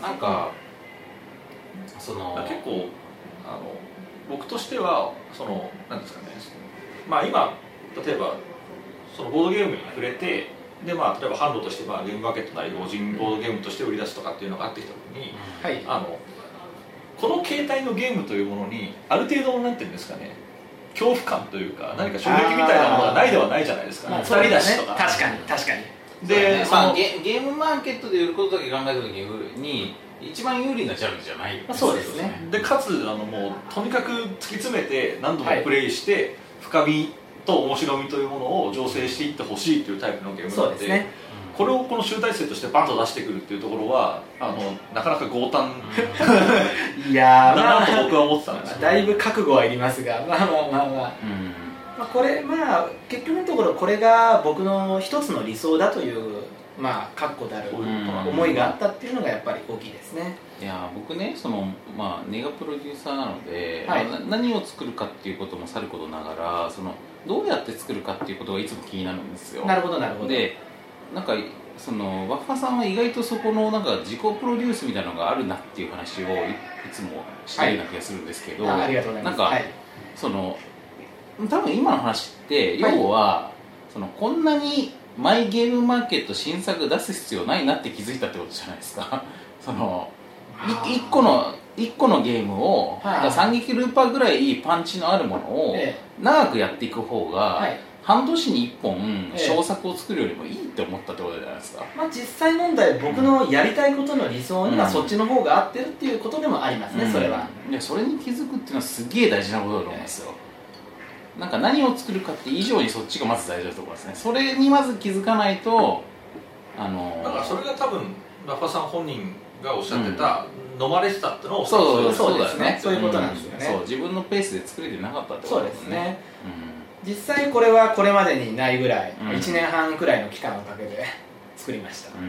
うんなんかそのだから結構あの僕としてはそのなんですかねまあ今例えばそのボードゲームに触れてでまあ例えば販路としてまあゲームマーケットなり老人ボードゲームとして売り出すとかっていうのがあってきた時にはいあのこの形態のゲームというものにある程度のなんていうんですかね恐怖感というか何か衝撃みたいなものがないではないじゃないですか、まあね、2そう人だだねしとか確かに確かにで、でそまあ、のゲゲームマーケットで売ることだけ考えた時に一番有利なジャンルじゃないよね、まあそうですねでかつあのもうとにかく突き詰めて何度はもいプレイして、深みと面白みというものを醸成していってほしいというタイプのゲームなそうのでですねこれをこの集大成としてバンと出してくるっていうところはあのなかなか強胆い やだーまなあと僕は思ってたんですまあよ、だいぶ覚悟はいりますがまあまあまあまあ、うん、まあ、これまあ結局のところこれが僕の一つの理想だというまあ確固たるうん思いがあったっていうのがやっぱり大きいですねいやー僕ねその、まあ、ネガプロデューサーなので、はいまあな何を作るかっていうこともさることながらそのどうやって作るかっていうことがいつも気になるんですよなるほどなるほどでなんかそのワッファさんは意外とそこのなんか自己プロデュースみたいなのがあるなっていう話をいいつもしてるような気がするんですけど、あありがとうございますなんかはい、その多分今の話ってはい要は、そのこんなにマイゲームマーケット新作出す必要ないなって気づいたってことじゃないですか そのい一個の一個のゲームを、はいだから三撃ルーパーぐらいパンチのあるものをえ長くやっていく方えが、はい半年に1本ええ小作を作るよりもいいって思ったってことじゃないですか、まあ、実際問題僕のやりたいことの理想にはうんそっちの方が合ってるっていうことでもありますね、それは、いやそれに気づくっていうのはすげえ大事なことだと思うんですよ、なんか何を作るかって以上にそっちがまず大事なところですねそれにまず気づかないとあのだからそれが多分ラファさん本人がおっしゃってた、飲まれてたってのをそうそうそうだよねそういうことなんですよねうんそう自分のペースで作れてなかったってこそうとでですすねね実際これはこれまでにないぐらい、うん1年半くらいの期間をかけて作りました、う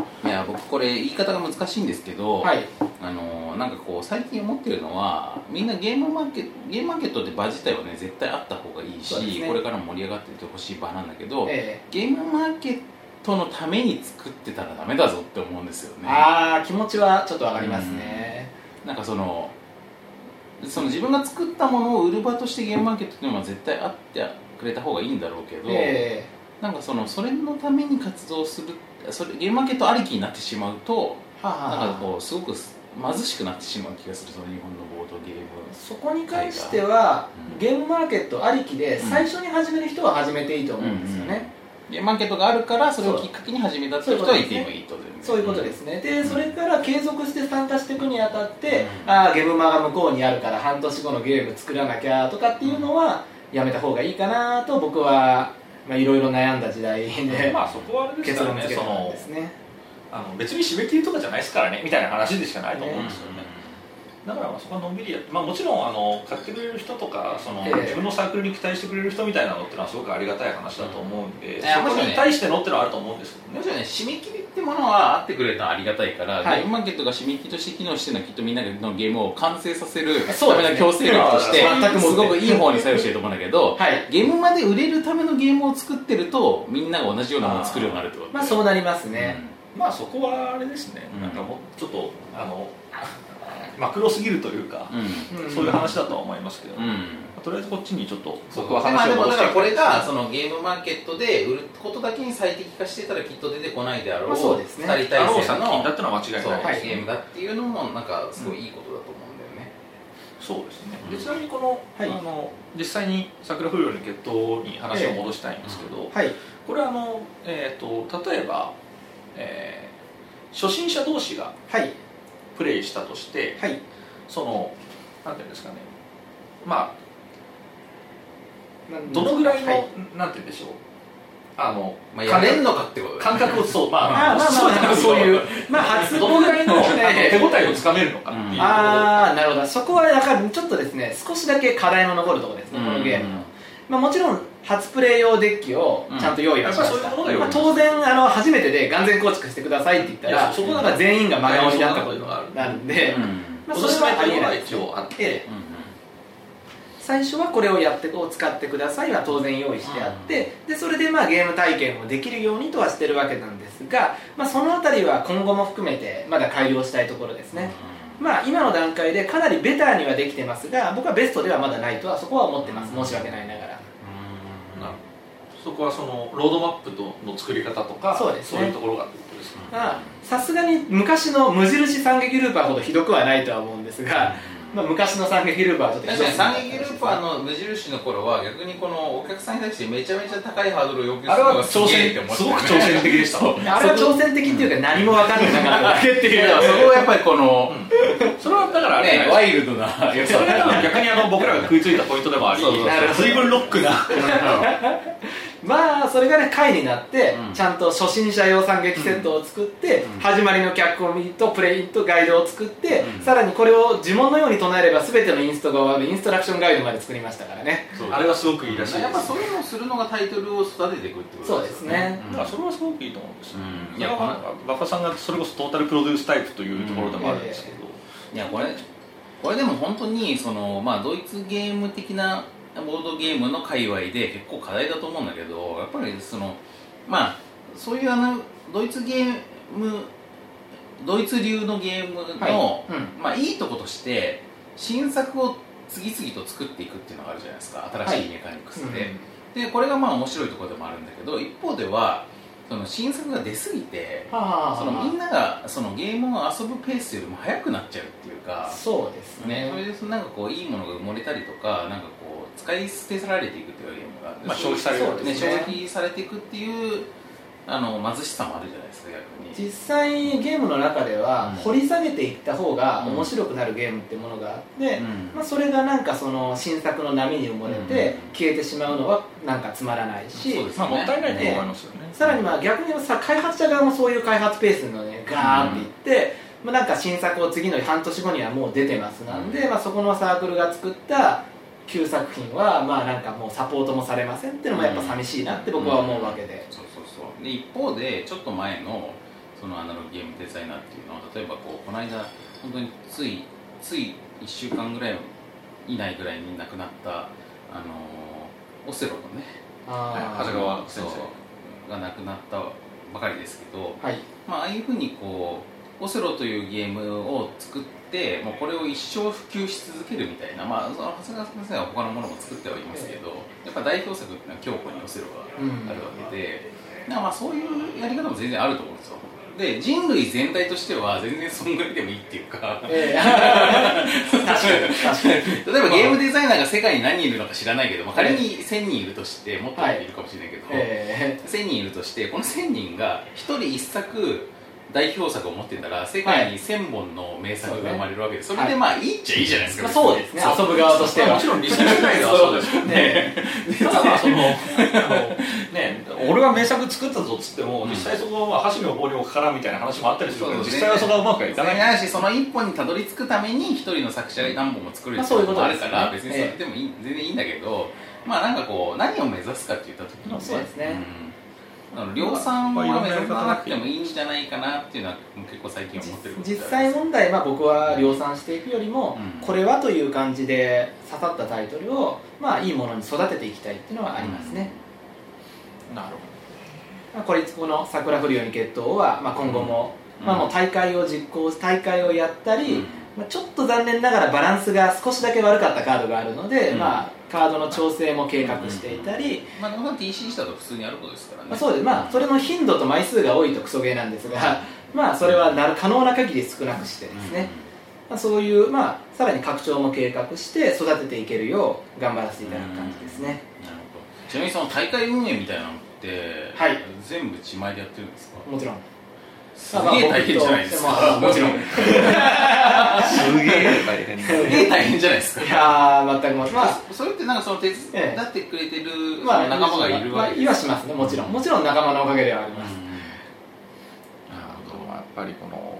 ん、うん、いや僕これ言い方が難しいんですけど、はいあのなんかこう最近思ってるのはみんなゲームマーケットゲームマーケットって場自体はね絶対あった方がいいそうでし、すねこれからも盛り上がっていってほしい場なんだけど、えゲームマーケットのために作ってたらダメだぞって思うんですよえねああ気持ちはちょっとわかりますね、なんかそのその自分が作ったものを売る場としてゲームマーケットっていうのは絶対あってくれた方がいいんだろうけど、えなんかそのそれのために活動するそれゲームマーケットありきになってしまうとえはあなんかこうすごく貧しくなってしまう気がするその日本のボードゲームそこに関してはうんゲームマーケットありきで最初に始める人は始めていいと思うんですよね、ゲームマーケットがあるからそれをきっかけに始めたっていう人はそういてもいいとそういうことですね、でそれから継続して参加していくにあたって、うんああゲームマが向こうにあるから半年後のゲーム作らなきゃとかっていうのはやめた方がいいかなと僕はまあいろいろ悩んだ時代でまあそこはあれです結から論ね付けそたんのですねあの別に締め切りとかじゃないですからねみたいな話でしかないと思うんですよねだからまあそこはのんびりやって、まあ、もちろんあの買ってくれる人とかその、ええ自分のサークルに期待してくれる人みたいなのってのはすごくありがたい話だと思うんで、んそこに対してのってのはあると思うんですけどねむしろね締め切りってものはあってくれたらありがたいから、はいゲームマーケットが締め切りとして機能してるのはきっとみんなのゲームを完成させるそうたでめすねの強制力として全くもってすごくいい方に作用してると思うんだけど、はいゲームまで売れるためのゲームを作ってるとみんなが同じようなものを作るようになるってことまあそうなりますね、まあそこはあれですね、うんなんかもうちょっとあのマクロすぎるというか、うんんそういう話だとは思いますけど、うん、うんまあとりあえずこっちにちょっとそう僕は話をまあでも戻だしてからこれがそのゲームマーケットで売ることだけに最適化してたらきっと出てこないであろう,、まあそうですね2人あの対戦作の品だってのは間違いそうない、はいゲームだっていうのもなんかすごいいいことだと思うんだよね、そうですねうんでちなみにこの,、はいあの実際に桜風量の決闘に話を戻したいんですけど、はいこれはあの、えー、と例えば、えー初心者同士がはいプレイしたとしてはいそのなんていうんですかねまあなどのぐらいの、はなんて言うんでしょうあの、まあ、感や覚れんのかってことだよ感ね覚をそうまあーあまあまあまあそういうまあ初どのぐらいのあのええ手応えをつかめるのかっていうところああなるほどそこはだからちょっとですね少しだけ課題の残るところですね、このゲームのまあ、もちろん初プレイ用デッキをちゃんと用意はしましうんやた、っぱそういうものが用意まあ、当然あの初めてで完全構築してくださいって言ったいらやそこなだんからか全員が真顔になったそことういうのがあるなんで、うんうんまあ、落そとれし前はあとりいえうのながい一応あってええ最初はこれをやってこう使ってくださいは当然用意してあって、でそれでまあゲーム体験をできるようにとはしてるわけなんですが、まあ、そのあたりは今後も含めてまだ改良したいところですね、まあ、今の段階でかなりベターにはできてますが僕はベストではまだないとはそこは思ってます申し訳ないながらうんなそこはそのロードマップのの作り方とかそうですねいうところがってことですねまあさすがに昔の無印三撃ルーパーほどひどくはないとは思うんですが、まあ、昔の三撃ルーパーはちょっとひ確どかすに三ぎ撃たルーパーの無印の頃は逆にこのお客さんに対してめちゃめちゃ高いハードルを要求するのがすげえって思ってすごく挑戦的でしたそあれは挑戦的っていうか何も分かんなかっただけっていいやうそこはやっぱりこの、れはだからあれじゃねないですかワイルドな良さそれが多分逆にあの僕らが食いついたポイントでもありそうそうそう随分ロックなまあそれがね回になって、うんちゃんと初心者用三撃セットを作って、うん始まりの脚本とプレイとガイドを作って、うんさらにこれを呪文のように唱えれば全てのインストが終わるインストラクションガイドまで作りましたからねあれはすごくいいらしいですやっぱそういうのをするのがタイトルを育てていくってことそうですね、うんまあそれはすごくいいと思うんですよ、うんいやまあバッファさんがそれこそトータルプロデュースタイプというところでもあるんですけど、いやこれこれでも本当にそのまあドイツゲーム的なボードゲームの界隈で結構課題だと思うんだけどやっぱりそのまあそういうあのドイツゲームドイツ流のゲームの、はいうんまあいいとことして新作を次々と作っていくっていうのがあるじゃないですか新しいメカニクスで、はいうんでこれがまあ面白いところでもあるんだけど一方ではその新作が出すぎてはあそのみんながそのゲームを遊ぶペースよりも早くなっちゃうっていうかそうですねね、それでそのなんかこういいものが埋もれたりとかなんかこう使い捨てられていくっていうゲームが、まあ消費されるそうですねそうですね消費されていくっていうあの貧しさもあるじゃないですか逆に実際にゲームの中では、うん掘り下げていった方が面白くなるゲームってものがあって、うんまあ、それがなんかその新作の波に埋もれてうん消えてしまうのはなんかつまらないし、そうですまあ、ねもったいないとね思いますよねさらにまあ逆にさ開発者側もそういう開発ペースのねガーっていって、まあ、なんか新作を次の半年後にはもう出てますなんで、まあ、そこのサークルが作った旧作品はまあなんかもうサポートもされませんっていうのもやっぱ寂しいなって僕は思うわけで、そうそうそうで一方でちょっと前のそのアナログゲームデザイナーっていうのは例えばこうこの間本当についつい1週間ぐらい以内ぐらいに亡くなったあのーオセロのねあ長谷ー川先生そうが亡くなったばかりですけど、はいまあああいうふうにこうオセロというゲームを作ってもうこれを一生普及し続けるみたいなまあその長谷川先生は他のものも作ってはいますけどやっぱ代表作っていうのは強固にオセロがあるわけで、だからまあそういうやり方も全然あると思うんですよで人類全体としては全然そんぐらいでもいいっていう かええ 確かに確かに例えばゲームデザイナーが世界に何人いるのか知らないけど、まあ、仮に1000人いるとしてもっといるかもしれないけど、え1000人いるとしてこの1000人が1人1作代表作を持ってたら世界に1000本の名作が生まれるわけでそそうれねでまあいいっちゃいいじゃないですえか、まあ、そうですね遊ぶ側としてまあはもちろん理想世界ではそうですけど ねただまあそのあのね俺が名作作ったぞっつっても、うん実際そこはまあ箸の棒に置くからみたいな話もあったりするけどそうそう実際はそこはうまくはいそかなれいがあるしその一本にたどり着くために一人の作者が何本も作れるまあってそういうここともあとでるすねから別にそれでもいい、全然いいんだけどまあなんかこう何を目指すかって言った時に、まあそうですねうんあの量産は目指さなくてもいいんじゃないかなっていうのは結構最近思ってること実であ際るんです問題は僕は量産していくよりも、うんこれはという感じで刺さったタイトルを、まあ、いいものに育てていきたいっていうのはありますね、なるまあ、これこの「桜降るように決闘は」まあ、今後も,、うんまあ、もう大会を実行大会をやったり、うんまあ、ちょっと残念ながらバランスが少しだけ悪かったカードがあるので、うんまあ、カードの調整も計画していたり、まあでもその TC したと普通にあることですからねまあ、そうですまあそれの頻度と枚数が多いとクソゲーなんですが、まあ、それはなる可能な限り少なくしてですね、まあ、そういう、まあ、さらに拡張も計画して育てていけるよう頑張らせていただく感じですね、うんなるほどちなみにその大会運営みたいなのって、はい全部自前でやってるんですかもちろんすげえ大変じゃないですか、まあも ちろんいほ どすげえ大変だすげえ大変じゃないですかやー全くもまあそれってなんかその手伝ええってくれてるそまのあ仲間がいるわけまあいはしますねもちろんもちろん仲間のおかげではありうんます、やっぱりこの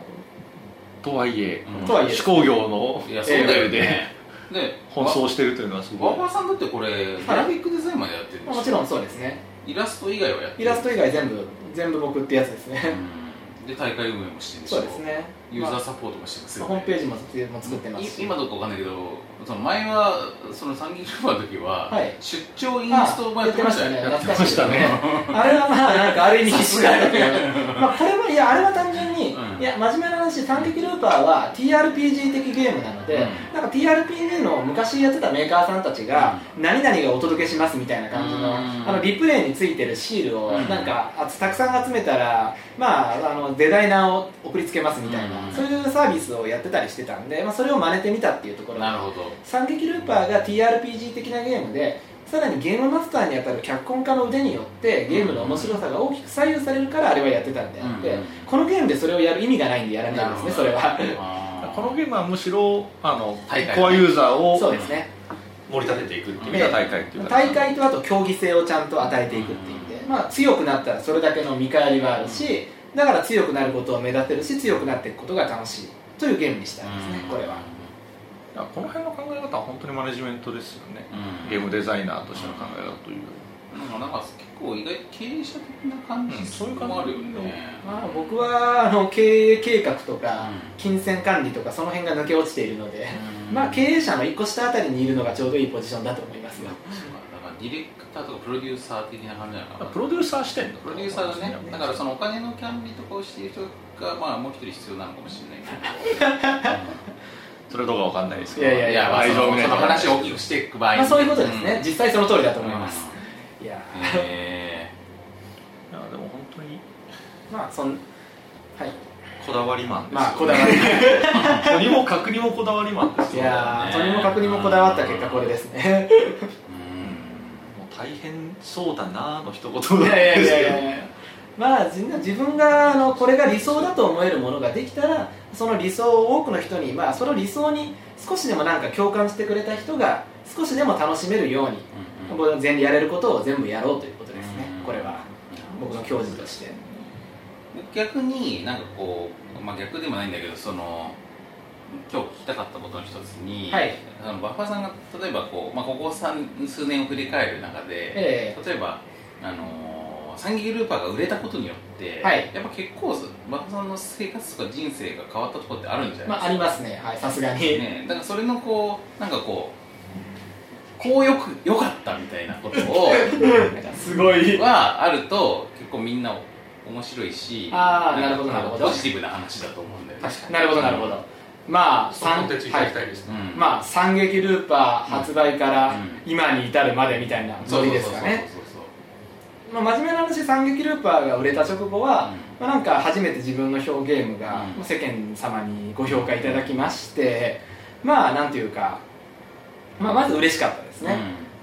とはいえうんとはいえ手工業のいやそうだよねで奔走してるというのはすわごわいばらさんだってこれグラフィックデザインまでやってるんでまあ、もしちょろんそうですねイラスト以外はやってるイラスト以外全部全部僕ってやつですね、うんで大会運営もしてるんでしょそうですねユーザまーサポートもしてますあよホーねムページもも作ってますしい今どうかわかんないけどその前はその参議院ルーパーの時は、はい出張インストもやってましたよねあやってやまっしてたまねしたねあれはまあなんかある意味必死だったけど、 まあ、これはいやあれは単純に、うんいや真面目な話「三撃ルーパー」は TRPG 的ゲームなので、うんなんか TRPG の昔やってたメーカーさんたちが、何々がお届けしますみたいな感じの,、うんあのリプレイについてるシールを、うんなんかあたくさん集めたら、まあ、あのデザイナーを送りつけますみたいな、うんそういうサービスをやってたりしてたんで、まあ、それを真似てみたっていうとこ ろなるほど三撃ルーパーが TRPG 的なゲームでさらにゲームマスターにあたる脚本家の腕によってゲームの面白さが大きく左右されるからあれはやってたんであって、うんうんこのゲームでそれをやる意味がないんでやらないですねそれは あーこのゲームはむしろあの大会コアユーザーをそうですね盛り立てていくっていう意味が大会っていうか大会とあと競技性をちゃんと与えていくっていう意味で、まあ、強くなったらそれだけの見返りはあるしだから強くなることを目立てるし強くなっていくことが楽しいというゲームにしたんですねこれはいやこの辺の考え方は本当にマネジメントですよねうんゲームデザイナーとしての考え方というよりうんなんか結構意外と経営者的な感じ、うんそういう感じもあるよね、まあ、僕はあの経営計画とかうん金銭管理とかその辺が抜け落ちているので、うんまあ経営者の一個下あたりにいるのがちょうどいいポジションだと思いますよ、そうかだからディレクターとかプロデューサー的な感じなのかなプロデューサー視点だとプ思ロうんデュでーすサよーねだねだからそのお金の管理とかをしている人が、まあ、もう一人必要なのかもしれないけどそれどうかわかんないですけいどやいやいや、まあ、そ愛情のみたいそなの話を大きくしていく場合にまあ、そういうことですね、ん実際その通りだと思います、いやえいやでも本当にまあそんはいこだわりマンですよまあこ だわりとにもかくにもこだわりマンです いよやーそうだとよねにもかくにもこだわった結果これですねーうんもう大変そうだなーの一言ですけどや まあ自分自分があのこれが理想だと思えるものができたらその理想を多くの人にまあその理想に少しでもなんか共感してくれた人が少しでも楽しめるよううにんうん僕全やれることを全部やろうということですねうんこれは僕の教授として逆になんかこう、まあ、逆でもないんだけどその今日聞きたかったことの一つに、はいあのバッファさんが例えばこう、まあ、ここ三数年を振り返る中で、え例えば、あのー、三撃ルーパーが売れたことによって、はいやっぱ結構バッファさんの生活とか人生が変わったところってあるんじゃえないまあありますねはいさすがに、 ね、だからそれのこうなんかこうこうよくよかったみたいなこと をすごいはあると結構みんな面白いしあーんかなるほどなるほどポジティブな話だと思うんだよね確かになるほどなるほどまあそのコンテンツいただきたいですね、うんまあ「三撃ルーパー」発売からうん今に至るまでみたいなそうそノうリそうですかねそうそうまあ真面目な話「三撃ルーパー」が売れた直後は、うまあ、なんか初めて自分の表ゲームがうん世間様にご評価いただきましてまあなんていうか、まあ、まず嬉しかったですそうね、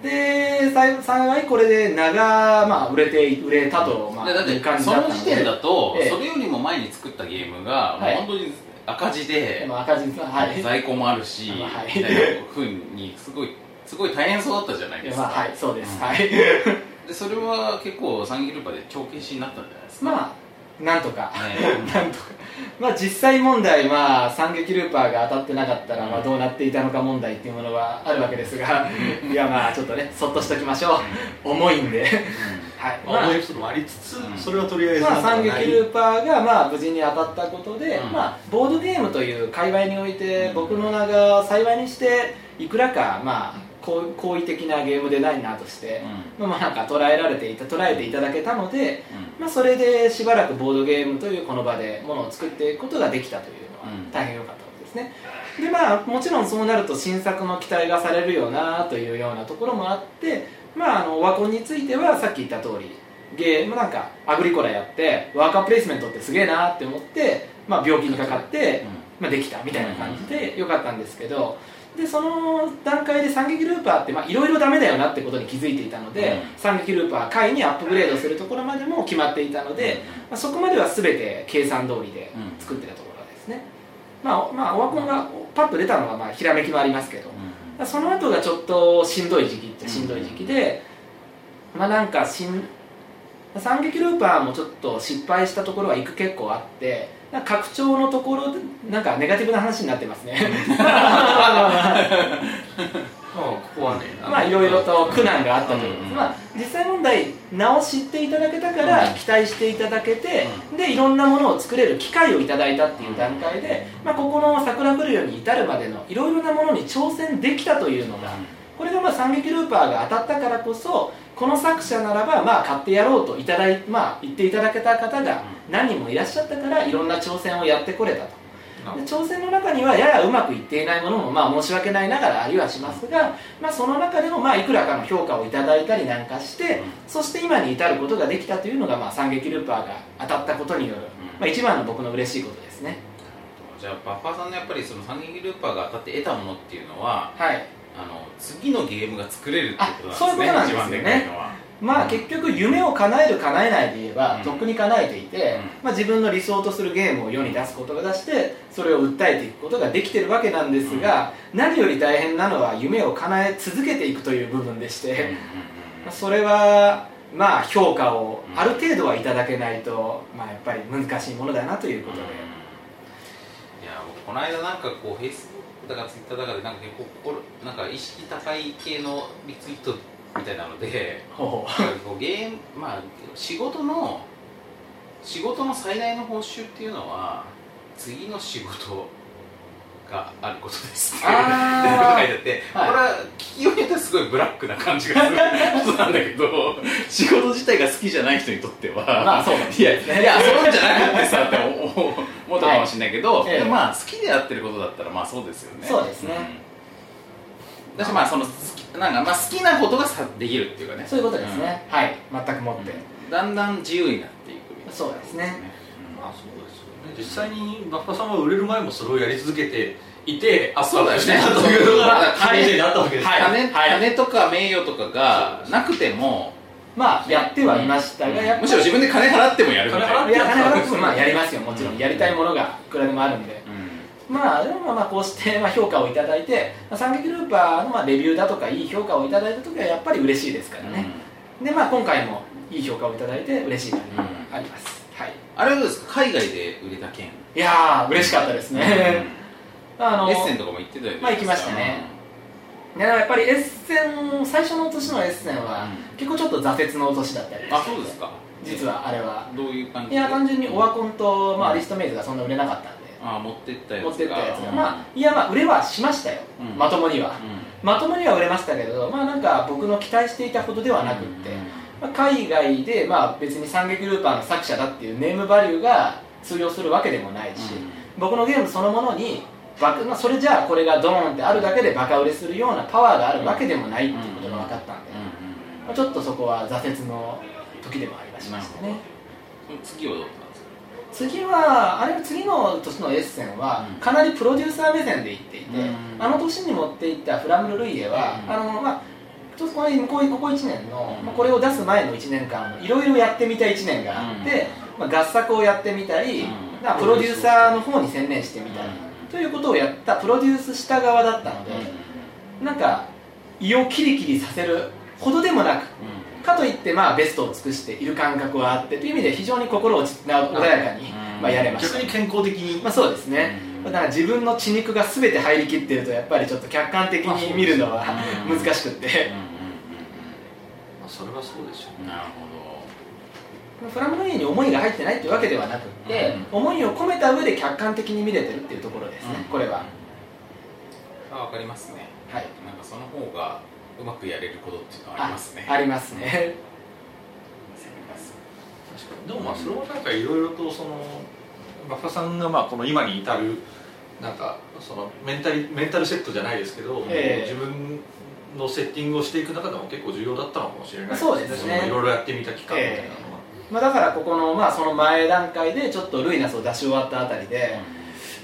で幸幸いこれで長、まあ、売れて売れたと、うまんあ、でだっいう感てじそだのった時の点でだと、ええそれよりも前に作ったゲームが、はいもう本当に赤字で、まあ赤字ですはい在庫もあるし、まあはいみたいなふうにすごいすごい大変そうだったじゃないですか、まあはいそうです、うんはいでそれは結構サンギルパで帳消しになったんじゃないですかまあなんとかねなんとか、まあ、実際問題、まあ、三撃ルーパーが当たってなかったら、まあ、どうなっていたのか問題っていうものはあるわけですが、いや、まあ、ちょっとね、そっとしときましょう、重いんで、はいまあま思あい、出すこともありつつ、うんそれはとりあえずまあ、三撃ールーパーが、まあ、無事に当たったことで、うんまあ、ボードゲームという界隈においてう、ん僕の名が幸いにして、いくらか、まあ、好好意的なゲームデザイナーとして、まあ、まあなんか捉えられていた捉えていただけたので、まあ、それでしばらくボードゲームというこの場でものを作っていくことができたというのうはん大変良かったことですね、でまあもちろんそうなると新作の期待がされるよなというようなところもあってまああのオワコンについてはさっき言った通りゲームなんかアグリコラやってワーカープレイスメントってすげえなって思って、まあ、病気にかかって、まあ、できたみたいな感じで良かったんですけどでその段階で三撃ルーパーってまあいろいろダメだよなってことに気づいていたので、う三撃ルーパー回にアップグレードするところまでも決まっていたので、まあ、そこまでは全て計算通りでうん作ってたところですね、まあおまあオワコンがパッと出たのはまあひらめきもありますけど、まあその後がちょっとしんどい時期っちゃしんどい時期で、まあなんかしん三撃ルーパーもちょっと失敗したところはいく結構あってなんか拡張のところでなんかネガティブな話になってますねパー、まあ、ここはねまあいろいろと苦難があったということです、うんまあ、実際問題名を知っていただけたからうん期待していただけて、でいろんなものを作れる機会をいただいたっていう段階で、まあ、ここの桜来るように至るまでのいろいろなものに挑戦できたというのが、これがまあ三撃ルーパーが当たったからこそこの作者ならばまあ買ってやろうといただい、まあ、言っていただけた方が何人もいらっしゃったからいろんな挑戦をやってこれたと。で挑戦の中にはややうまくいっていないものもまあ申し訳ないながらありはしますが、まあ、その中でもまあいくらかの評価をいただいたりなんかしてそして今に至ることができたというのがまあ三撃ルーパーが当たったことによる、まあ、一番の僕の嬉しいことですねじゃあバッファーさんのやっぱりその三撃ルーパーが当たって得たものっていうのははいあの次のゲームが作れるってことあそういうことななんんですねですよ一ね番でかいのはまあ結局夢を叶える叶えないで言えば、うんとっくに叶えていて、うまあ、自分の理想とするゲームを世に出すことが出してそれを訴えていくことができてるわけなんですが、何より大変なのは夢を叶え続けていくという部分でして、うんうんまあそれはまあ評価をある程度はいただけないと、まあ、やっぱり難しいものだなといううこんとで、いや僕この間なんかこうフェイスブックだかツイッターだかでなんか結構心なんか意識高い系のリツイートみたいなのでほうほなんかこうゲームまあ仕事の仕事の最大の報酬っていうのは次の仕事があることですっていうあ書ーいてあって、はいこれは聞きようによってはすごいブラックな感じがすることなんだけど 仕事自体が好きじゃない人にとっては、うまあそうなんですいやいやそうじゃなくてさって思う思ったかもしれないけど、はいええでもまあ好きでやってることだったらまあそうですよねそうですねんだしまあその好きなんかまあ好きなことがさできるっていうかねそういうことですね、はい全くもって、だんだん自由になっていくみたいなそうですねまあそうですよね実際にバッファさんは売れる前もそれをやり続けていてあそうだよねなというのがそう大事になったわけですはい金金とか名誉とかがなくても、まあやってはいましたが、やっぱりむしろ自分で金払ってもやるみたい金払なっいや金払ってもまあやりますよもちろんやりたいものがいくらでもあるんでまあでもまあこうしてまあ評価をいただいてまあ三撃ルーパーのまあレビューだとかいい評価をいただいた時はやっぱり嬉しいですからうんね、でまあ今回もいい評価をいただいて嬉しいなうんあります、はいあれはどうですか海外で売れた 件、いやー嬉しかったですね、あのエッセンとかも行ってたよねまあ行きましたねいややっぱりエッセン最初の年のエッセンはう結構ちょっと挫折の年だったりあそうですか実はあれはどういう感じいでや単純にオワコンと、まあ、うんアリストメイズがそんな売れなかったんであ持ってったやつが持ってったやつがまあいやまあ売れはしましたよ、うんまともにはあ、うまともには売れましたけどまあなんか僕の期待していたほどではなくって、うんまあ、海外でまあ別に「三撃ルーパー」の作者だっていうネームバリューが通用するわけでもないし、僕のゲームそのものにバカ、まあ、それじゃあこれがドーンってあるだけでバカ売れするようなパワーがあるわけでもないっていうことが分かったんで、うんまあ、ちょっとそこは挫折の時でもありましたなるねほうん次はどうだったんですか次はあれは次の年のエッセンはうんかなりプロデューサー目線で行っていて、うんあの年に持っていったフラム・ルルイエは、うんあのまあちょっとこのこうここ1年の、うんまあこれを出す前の1年間いろいろやってみた1年があって、まあ、合作をやってみたり、うんまあプロデューサーの方に専念してみたり、うんということをやったプロデュースした側だったので、なんか胃をキリキリさせるほどでもなくかといってまあベストを尽くしている感覚はあってという意味で非常に心落ちな穏やかにうんまあやれました逆に健康的にまあそうですねうんだから自分の血肉が全て入りきってるとやっぱりちょっと客観的に見るのはうん難しくってまあそれはそうでしょうんうんうんうんなるほフラムの家に思いが入ってないってわけではなくって思いを込めた上で客観的に見れてるっていうところですねうんこれはどあ分かりますねはいなんかその方がうまくやれることっていうのはありますねありますね 確かにでもまあそれはなんかいろいろとそのバッファさんがまあこの今に至るなんかそのメンタリメンタルセットじゃないですけど、ええ自分のセッティングをしていく中でも結構重要だったのかもしれないそうですねいろいろやってみた期間みたいなのは、まあだからここのまあその前段階でちょっとルイナスを出し終わったあたりで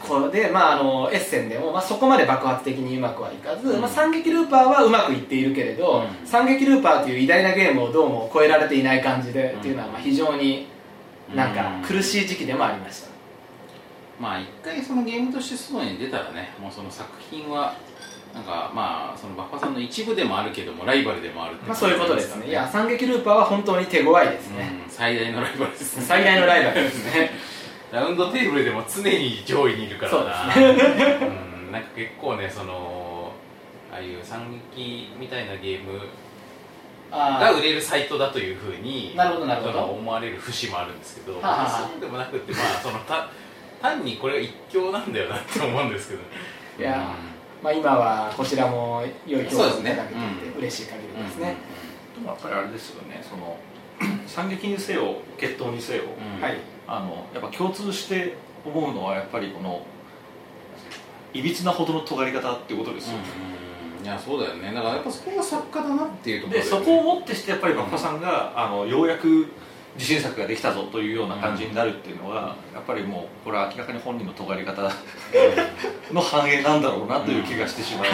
これで、まあ、あのエッセンでも、まあ、そこまで爆発的にうまくはいかず、うんまあ、三撃ルーパーはうまくいっているけれど、うん三撃ルーパーという偉大なゲームをどうも超えられていない感じで、うんっていうのはまあ非常になんうんか苦しい時期でもありました、まあ一回そのゲームとして外に出たらねもうその作品はなんかまあそのバッファさんの一部でもあるけどもライバルでもあるってまあ、そういうことですねいや三撃ルーパーは本当に手強いですね、うん最大のライバルですね 最大のライバルですねラウンドテーブルでも常に上位にいるからなそううんなんか結構ねそのああいう三撃みたいなゲームがあ売れるサイトだというふうになるほどなるほどその思われる節もあるんですけど、はあはあそうでもなくてまあそのた単にこれが一強なんだよなって思うんですけどいやー、まあ、今はこちらも良い評価そうをいただけてですいねてうん嬉しい限うりんですね、でもやっぱりあれですよねそ の惨劇にせよ決闘にせよ、うんうんはいあのやっぱ共通して思うのはやっぱりこのいびつなほどの尖り方っていうことですよね、うんいやそうだよねだからやっぱそこが作家だなっていうところでそこをもってしてやっぱり馬場さんが、あのようやく自信作ができたぞというような感じになるっていうのは、やっぱりもうこれは明らかに本人の尖り方の反映なんだろうなという気がしてしまう、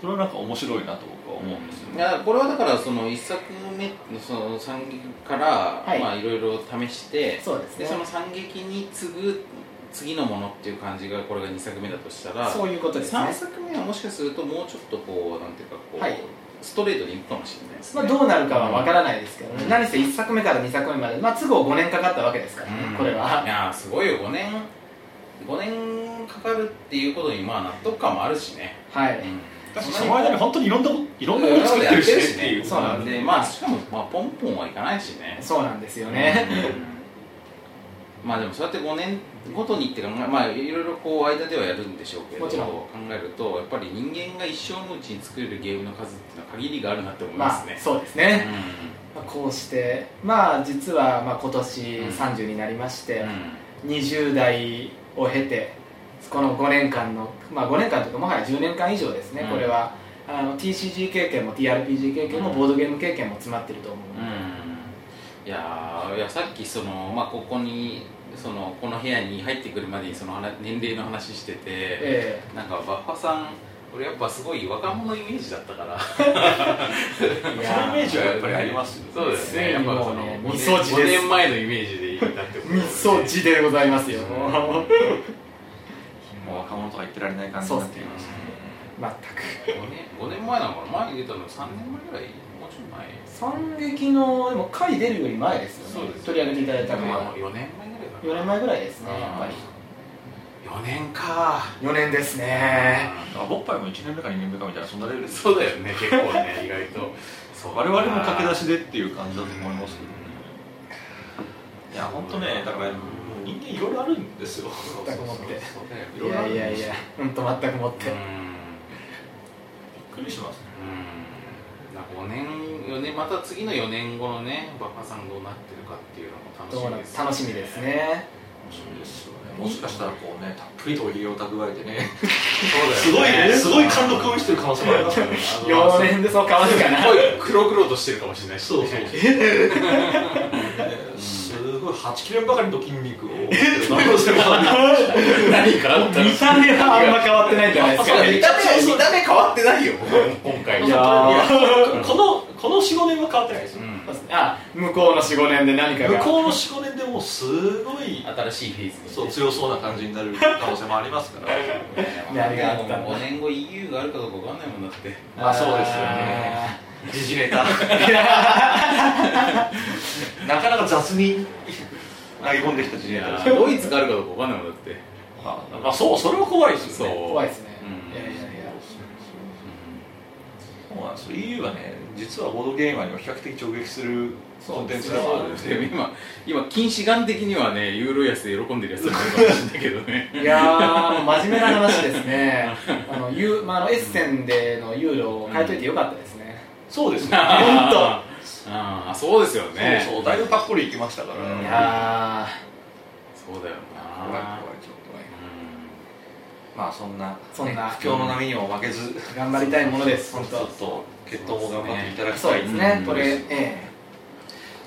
それはなんか面白いなと僕は思うんですよいね、やこれはだからその一作目のその惨劇から、はいい、まあいろいろ試してそうですねその惨劇に次ぐ次のものっていう感じがこれが2作目だとしたらそういうことですね3作目はもしかするともうちょっとこうなんていうかこう、はいストレートにいくかもしれないですまね、あ、どうなるかは分からないですけどね、うん何せ1作目から2作目まで、まあ、都合5年かかったわけですからね、うんこれい は。やーすごいよ5年5年かかるっていうことにまあ納得感もあるしね、はうい、んだしその間に本当にいろんなこといろんなもの作ってるしねっていうそうなんでまああしかも、まあ、ポンポンはいかないしねそうなんですよね。うんまあでもそうやって5年ごとにって考えまあいろいろこう間ではやるんでしょうけどもちろん考えるとやっぱり人間が一生のうちに作れるゲームの数っていうのは限りがあるなって思いま まあすね、、そうですうね。まあこうして、まあ、実は、まあ、今年30になりまして、20代を経て、この5年間の、まあ、5年間というか、もはや10年間以上ですね、うんこれは。あの TCG 経験も TRPG 経験もボードゲーム経験も詰まってると思う、うんいやーいやさっきその、まあ、ここにそのこの部屋に入ってくるまでにその話年齢の話してて、えなんかバッファさん俺やっぱすごい若者イメージだったからそのイメーえいやジはやっぱりありますよねそうですねやっぱその5年未装置です5年前のイメージでいいなって思う密相地でございますよもうもう若者とか言ってられない感じになっていますね 全く5年5年前なのかな前に出たの3年前ぐらいもうちょい前三撃のでも回出るより前ですよね取り上げていただいたのは4年前ぐらいかな4年前ぐらいですねやっぱり4年か4年ですねあボッパイも1年目か2年目かみたいなそんなレベルですそうだよね結構ね意外とそう我々も駆け出しでっていう感じだと思いますけどねいや本当ねだからもう人間いろいろあるんですよそう全くもってそうだよねいいろいろあやるんでいやいすよや本当全くもうってんびっくりしますねうん、だから5年4年また次の4年後のねバッハさんどうなってるかっていうのどうもな楽しみるです、楽しみですね面白いですよねもしかしたらこうねたっぷりとおひげを蓄えてねすそうごいだよ ねねすごい貫禄を見せてる可能性も ありますよね4年でそう変わるかなすごい黒々としてるかもしれないし、そうそうそうすごい8切れんばかりの筋肉を可能性もある何かあったの見た目はあんま変わってないんじゃないですそうかだ見た目見た目変わってないよ今回いやーこのこの45年は変わってないですうよんあ向こうの45年で何か向がこうの45年でもうすごい新しいフェーズそう強そうな感じになる可能性もありますから何があったんだ5年後 EU があるかどうかわかんないもんだってまあそうですよね時事ネ タなかなか雑に投げ込んできた時事ネタですけどドイツがあるかどうかわかんないもんだってあまあそうそれは怖いですそようね怖いですねうんいやいやいやそうなんですよ EU はね実はボードゲーマーには比較的直撃するコンテンツでもあるんでもで 今今近視眼的にはねユーロ安で喜んでるやつがいるかもしれないけど ねいやー、真面目な話ですね。あの、ユーまあ、あのエッセンでのユーロを変えといてよかったですね。そうですね本当ああそうですよねそうそうだいぶパッコリいきましたからうんい怖いやそうだよな怖いちょっと怖いまあそんなそんなね不況の波にも負けずちー、頑張りたいものです。ょ本っ当。と決闘も頑張っていただきそうたでいすうねん。これ、え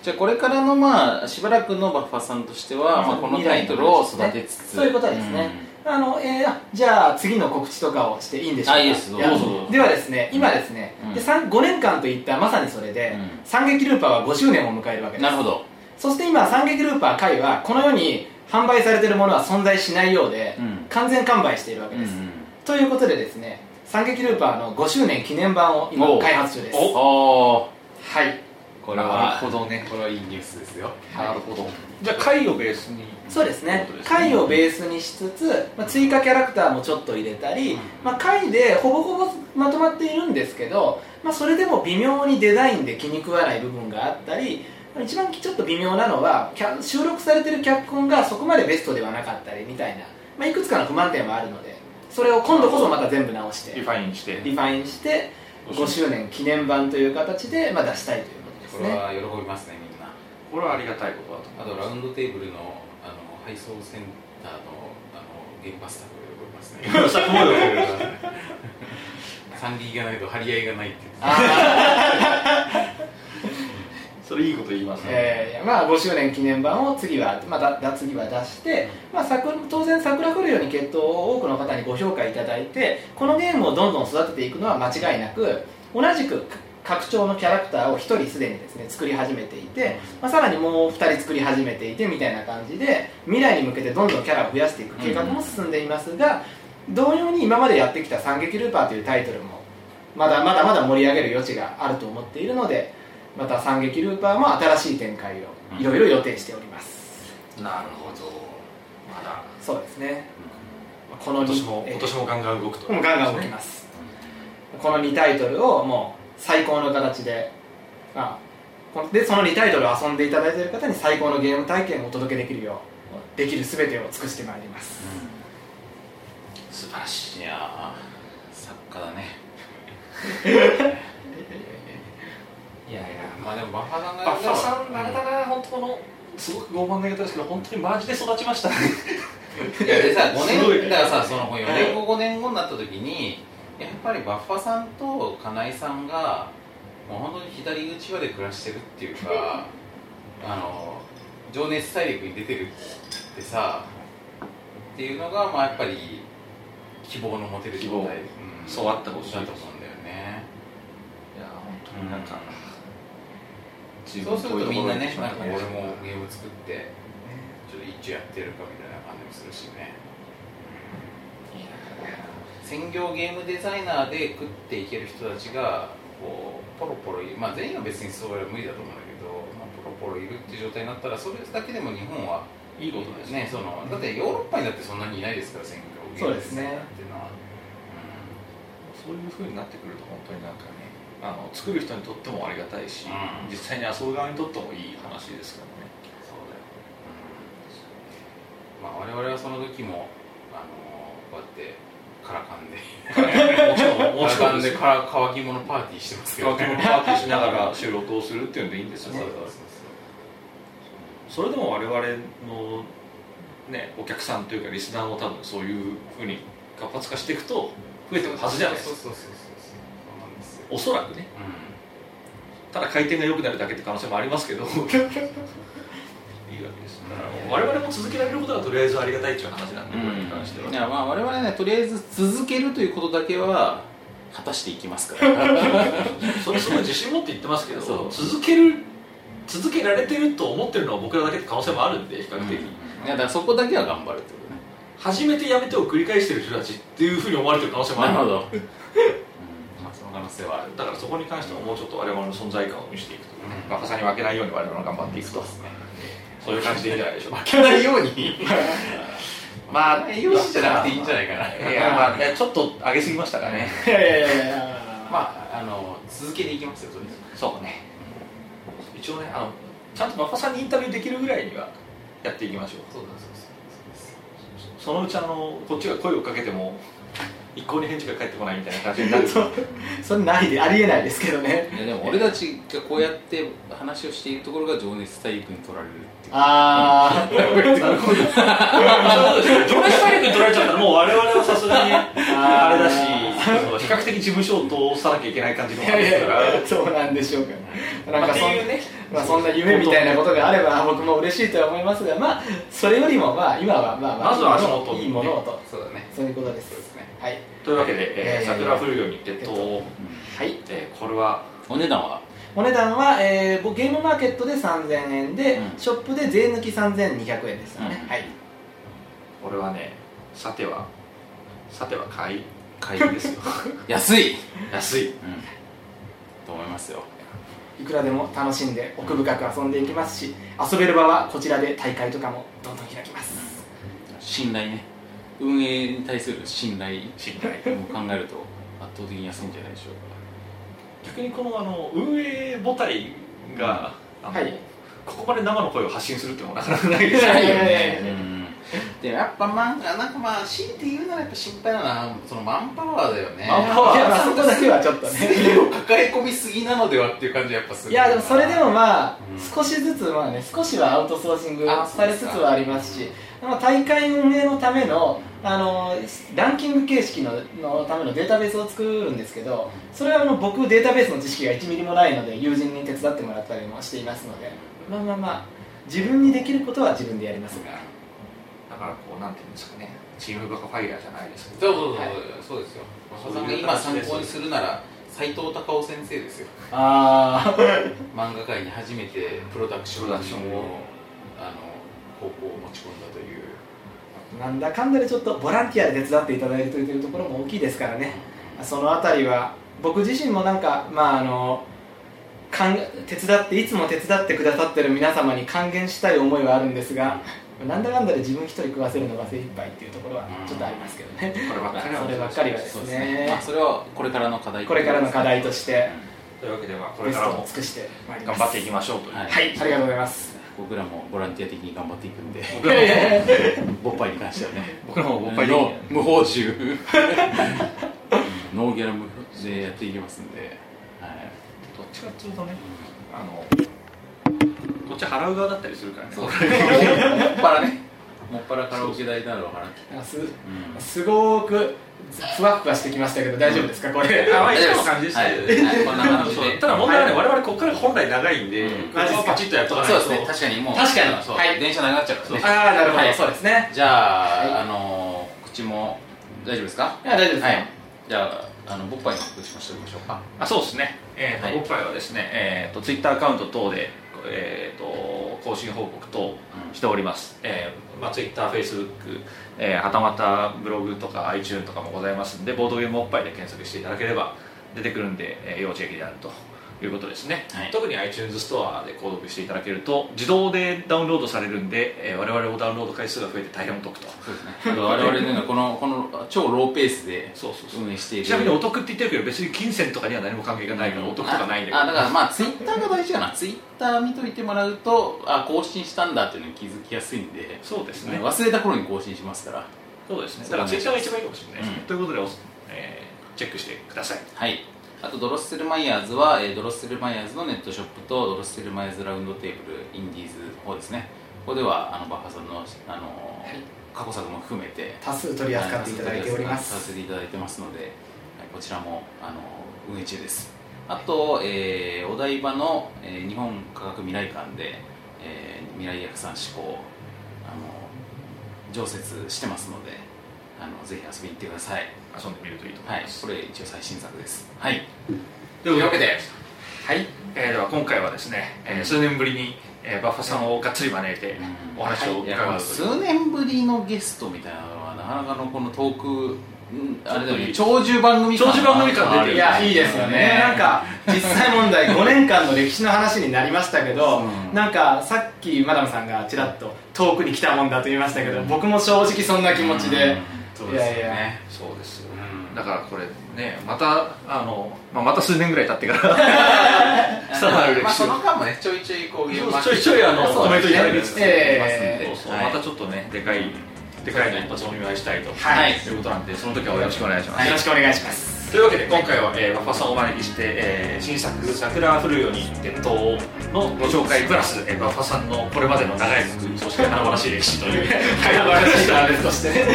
じゃあこれからのまあしばらくのバッファさんとしては、うんまあ、このタイトルを育てつつ、そういうことですねえあの、えーあじゃあ、次の告知とかをしていいんでしょうか。あいいですどうやぞではですね、今ですね、うんで三5年間といったまさにそれで、うん三撃ルーパーは5周年を迎えるわけうでんなす。るほど、そして今、三撃ルーパー会は、この世に販売されているものは存在しないようで、うん完全完売しているわけうんうです。ん、ということでですね三撃ルーパーの5周年記念版を今おう開発中ですおおはいこれはなるほどねこれはいいニュースですよなるほどじゃあ会をベースにそうですねということですね回をベースにしつつ、まあ、追加キャラクターもちょっと入れたり、うんまあ、回でほぼほぼまとまっているんですけど、まあ、それでも微妙にデザインで気に食わない部分があったり一番ちょっと微妙なのはキャ収録されてる脚本がそこまでベストではなかったりみたいな、まあ、いくつかの不満点はあるのでそれを今度こそまた全部直してリファインしてリファインして5周年記念版という形で、まあ、出したいということですこれねは喜びますねみんなこれはありがたいことだとあ思いますとラウンドテーブルのあの配送センターのあの現場スタッフが喜びますね 三リーがないと張り合いがないって言ってたあそれいいこと言いますー、ね、えーまあ、5周年記念版を次は、まあ、だだ次は出して、まあ、桜当然桜降るように決闘を多くの方にご評価いただいてこのゲームをどんどん育てていくのは間違いなく同じく拡張のキャラクターを1人すでにですね作り始めていて、まあ、さらにもう2人作り始めていてみたいな感じで未来に向けてどんどんキャラを増やしていく計画も進んでいますが、同様に今までやってきた「三撃ルーパー」というタイトルもまだまだまだ盛り上げる余地があると思っているのでまた「三撃ルーパー」も新しい展開をいろいろ予定しております、なるほどまだそうですねこの今に年もえー今年もガンガン動くともうガンガン動きます、この2タイトルをもう最高の形であこのでその2タイトルを遊んでいただいている方に最高のゲーム体験をお届けできるようできる全てを尽くしてまいります、素晴らしいいやー作家だね いやいやまあでもバッファさんがバッファさんあれだな本当このすごく傲慢な言い方ですけど本当にマジで育ちましたねいやでさ5すごい年だからさその4年後5年後になった時にやっぱりバッファさんと金井さんがもう本当に左内輪で暮らしてるっていう かあの情熱大陸に出てるってさっていうのがまあやっぱり希望の持てる状態、うんそうあってほしいだと思うんだよねいや本当になんか、自そう分すとるとみんなねなんか俺俺もゲーム作ってちょっと一応やってるかみたいな感じもするしね専業ゲームデザイナーで食っていける人たちがこうポロポロいるまあ全員は別にそれは無理だと思うんだけど、まあ、ポロポロいるっていう状態になったらそれだけでも日本はいいことですねねそのだってヨーロッパにだってそんなにいないですから専業ゲームデザイナーっていうのはそういうふうになってくると本当になんかねあの作る人にとってもありがたいうし、ん実際に遊ぶ側にとってもいい話ですからねそうだよ、まあ我々はその時もあのこうやってからかんで もちろんもちろんんでですよから乾き物パーティーしてますけど乾き物パーティーしながら収録をするっていうんでいいんですそうよそうねそうそれでも我々の、ね、お客さんというかリスナーも多分そういうふうに活発化していくと増えてそいうくはずじゃないですそうかそうそうそうそうなんですよおそらくねうんただ回転が良くなるだけって可能性もありますけどいいわけですだから我々も続けられることがとりあえずありがたいっていう話なんで、これに関してうんいはやまあ我々ねとりあえず続けるということだけは果たしていきます から、それすごい自信持って言ってますけどそう続ける続けられてると思ってるのは僕らだけって可能性もあるんで比較うん、的、いやだからそこだけは頑張るってことね初めてやめてを繰り返してる人たちっていうふうに思われてる可能性もあるなるほど、うんまあ、その可能性はあるだからそこに関してはもうちょっと我々の存在感を見せていくとバカさんに負けないように我々も頑張っていくとそういう感じでいいんじゃないでしょうか負け ないようにま栄養士じゃなくていいんじゃないないかないやまあねちょっと上げすぎましたかねいやいやいやいやまああの続けていきますよとりあえずそうね一応ねあのちゃんとバカさんにインタビューできるぐらいにはやっていきましょうそうそうそうそのうちあのこっちが声をかけても一向に返事が返ってこないみたいな感じになるそれないでありえないですけどね いやでも俺たちがこうやって話をしているところが情熱大陸に取られるっていうあ 情ー熱大陸に取られちゃったらもう我々はさすがにあれだしあそう比較的事務所を通さなきゃいけない感じのいもあるやいからやいや そうなんでしょうかなんまあかってそんいうねまあ、そんな夢みたいなことがあれば僕も嬉しいとは思いますがまあそれよりもまあ今はまあまあまずは足元をいいものをとそうだねそういうことですそうですねはいというわけで、えーえー桜降るように鉄塔を、はいえーこれはお値段はお値段は、えーぼゲームマーケットで3000円で、うんショップで税抜き3200円ですよね、うんはいこれはねさてはさては買い買いですよ安い、安いと思いますよいくらでも楽しんで奥深く遊んでいきますし遊べる場はこちらで大会とかもどんどん開きます信頼ね運営に対する信頼信頼も考えると圧倒的に安いんじゃないでしょうか逆にこのあの運営母体が、あのはいここまで生の声を発信するっていうのもなかなかないですいよやいねやいやいやうんでやっぱまあなんかまあ強いて言うならやっぱ心配なのはそのマンパワーだよねマンパいワーや まあそこだけはちょっとね制御を抱え込みすぎなのではっていう感じはやっぱするいやでもそれでもまあ、うん少しずつまあね少しはアウトソーシングあされつつはありますしまあ大会運営のためのあのランキング形式ののためのデータベースを作るんですけどそれはあの僕データベースの知識が1ミリもないので友人に手伝ってもらったりもしていますのでまあまあまあ自分にできることは自分でやりますが だからこうなんていうんですかねチームバカファイヤーじゃないですけそうどそうそう、そうですよそういうさんが今参考にするなら斎藤隆夫先生ですよあ漫画界に初めてプロダクションプロダクションををあの高校を持ち込んだというあなんだかんだでちょっとボランティアで手伝っていただいているところも大きいですからねそのあたりは僕自身もなんかまああのかん手伝っていつも手伝ってくださってる皆様に還元したい思いはあるんですがなんだかんだで自分一人食わせるのが精一杯っていうところはちょっとありますけどね、こればっかりはそればっかりはでそうすですね、まあ、ねそれはこれからの課題これからの課題としてというわけでまあこベれスからトをも尽くしてまいりま頑す張っていきましょうという、はいはいありがとうございます僕らもボランティア的に頑張っていくんで僕らもボッパイに関してはね僕らも勃発的のに無報酬うんノーギャラ無報でやっていきますんで、はい、どっちかっていうとねあのこっち払う側だったりするからねもっぱらねもっぱらカラオケ代などを払ってなんかすうんすごくずふわふわしてきましたけど大丈夫ですかこれあまあいつもの感じでしたはよいねはいこんな感じでそうただ問題はね、我々ここから本来長いんで、うんここはパチッとやっとかないそとうですね確かにもう確かにそうはい電車長くなっちゃうからねああなるほど、はいそうですねじゃあ、あのー告知も大丈夫ですかいや大丈夫ですね、はいじゃああの僕パイの告知もしておきましょうかあそうですね、えーとはい僕らはですね、えー、とツイッターアカウント等で、えー、と更新報告等しております、えーまあ、ツイッター、フェイスブック、えーはたまたブログとか iTune とかもございますんでボードゲームおっぱいで検索していただければ出てくるんで、えー要チェックであるということですね、はい特に iTunes ストアで購読していただけると自動でダウンロードされるんで、えー我々もダウンロード回数が増えて大変お得とそうですね我々のようなこの この超ローペースでそうそうそう運営しているちなみにお得って言ってるけど別に金銭とかには何も関係がないからお得とかないんだけどああだからまあツイッターが大事かなツイッター見といてもらうとあ更新したんだっていうのに気づきやすいんでそうですね忘れた頃に更新しますからそうですね。そうだからツイッターが一番いいかもしれないですね。うんということで、おえーチェックしてください。はいあとドロッセルマイヤーズは、えードロッセルマイヤーズのネットショップとドロッセルマイヤーズラウンドテーブルインディーズの方ですねここではあのバッハさんの、あの過去作も含めて多数取り扱っていただいておりまさすせていただいてますので、はいこちらもあの運営中です。あと、えーお台場の、えー日本科学未来館で、えー未来薬産志向あの常設してますので、あのぜひ遊びに行ってください。遊んでみるといいと思はいいま、す。これ一応最新作です。はい。というわけで、はい、えーでは今回はですね、えー数年ぶりに、えーバッファさんをがっつり招いてお話を伺うといいうや数年ぶりのゲストみたいなのはなかなかのこのトークんあれだよね長寿番組感長寿番組感出てるいやいいですよねなんか実際問題5年間の歴史の話になりましたけうど、んなんかさっきマダムさんがちらっと遠くに来たもんだと言いましたけど、僕も正直そんな気持ちで、うんそうですよねいやいやそうですようんだからこれね、また、あの、まあ、また数年ぐらい経ってから、さらなるま歴あ、史そをの。間もね、ちょいちょいこういう ちょいちょいあのそうコメントいただきつつそうですえねそうそうはいまたちょっとね、でかい、でかいの一発お見舞いしたいと、、はいいうことなんで、その時はよろしくお願いします。よろしくお願いしますというわけで今回は、えー、ワッパさんをお招きして、えー新作「桜降るように伝統」のご紹介プラス、えー、ワッパさんのこれまでの長いそして華々しい歴史という会話がありました、はいとしてね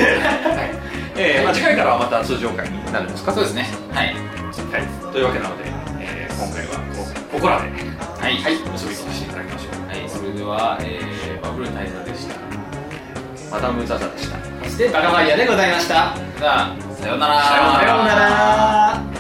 えーまあ、次回からはまた通常会になるんですかそうですね。はい。はい、というわけなので、えー今回はこここらではい。は。はいい結びとさせていただきましょそれでは、えー、バブル大佐でした。うマダム・ザ・ザでしたそしてバカバイヤでございましたじゃあ、さようなら。さようさようなら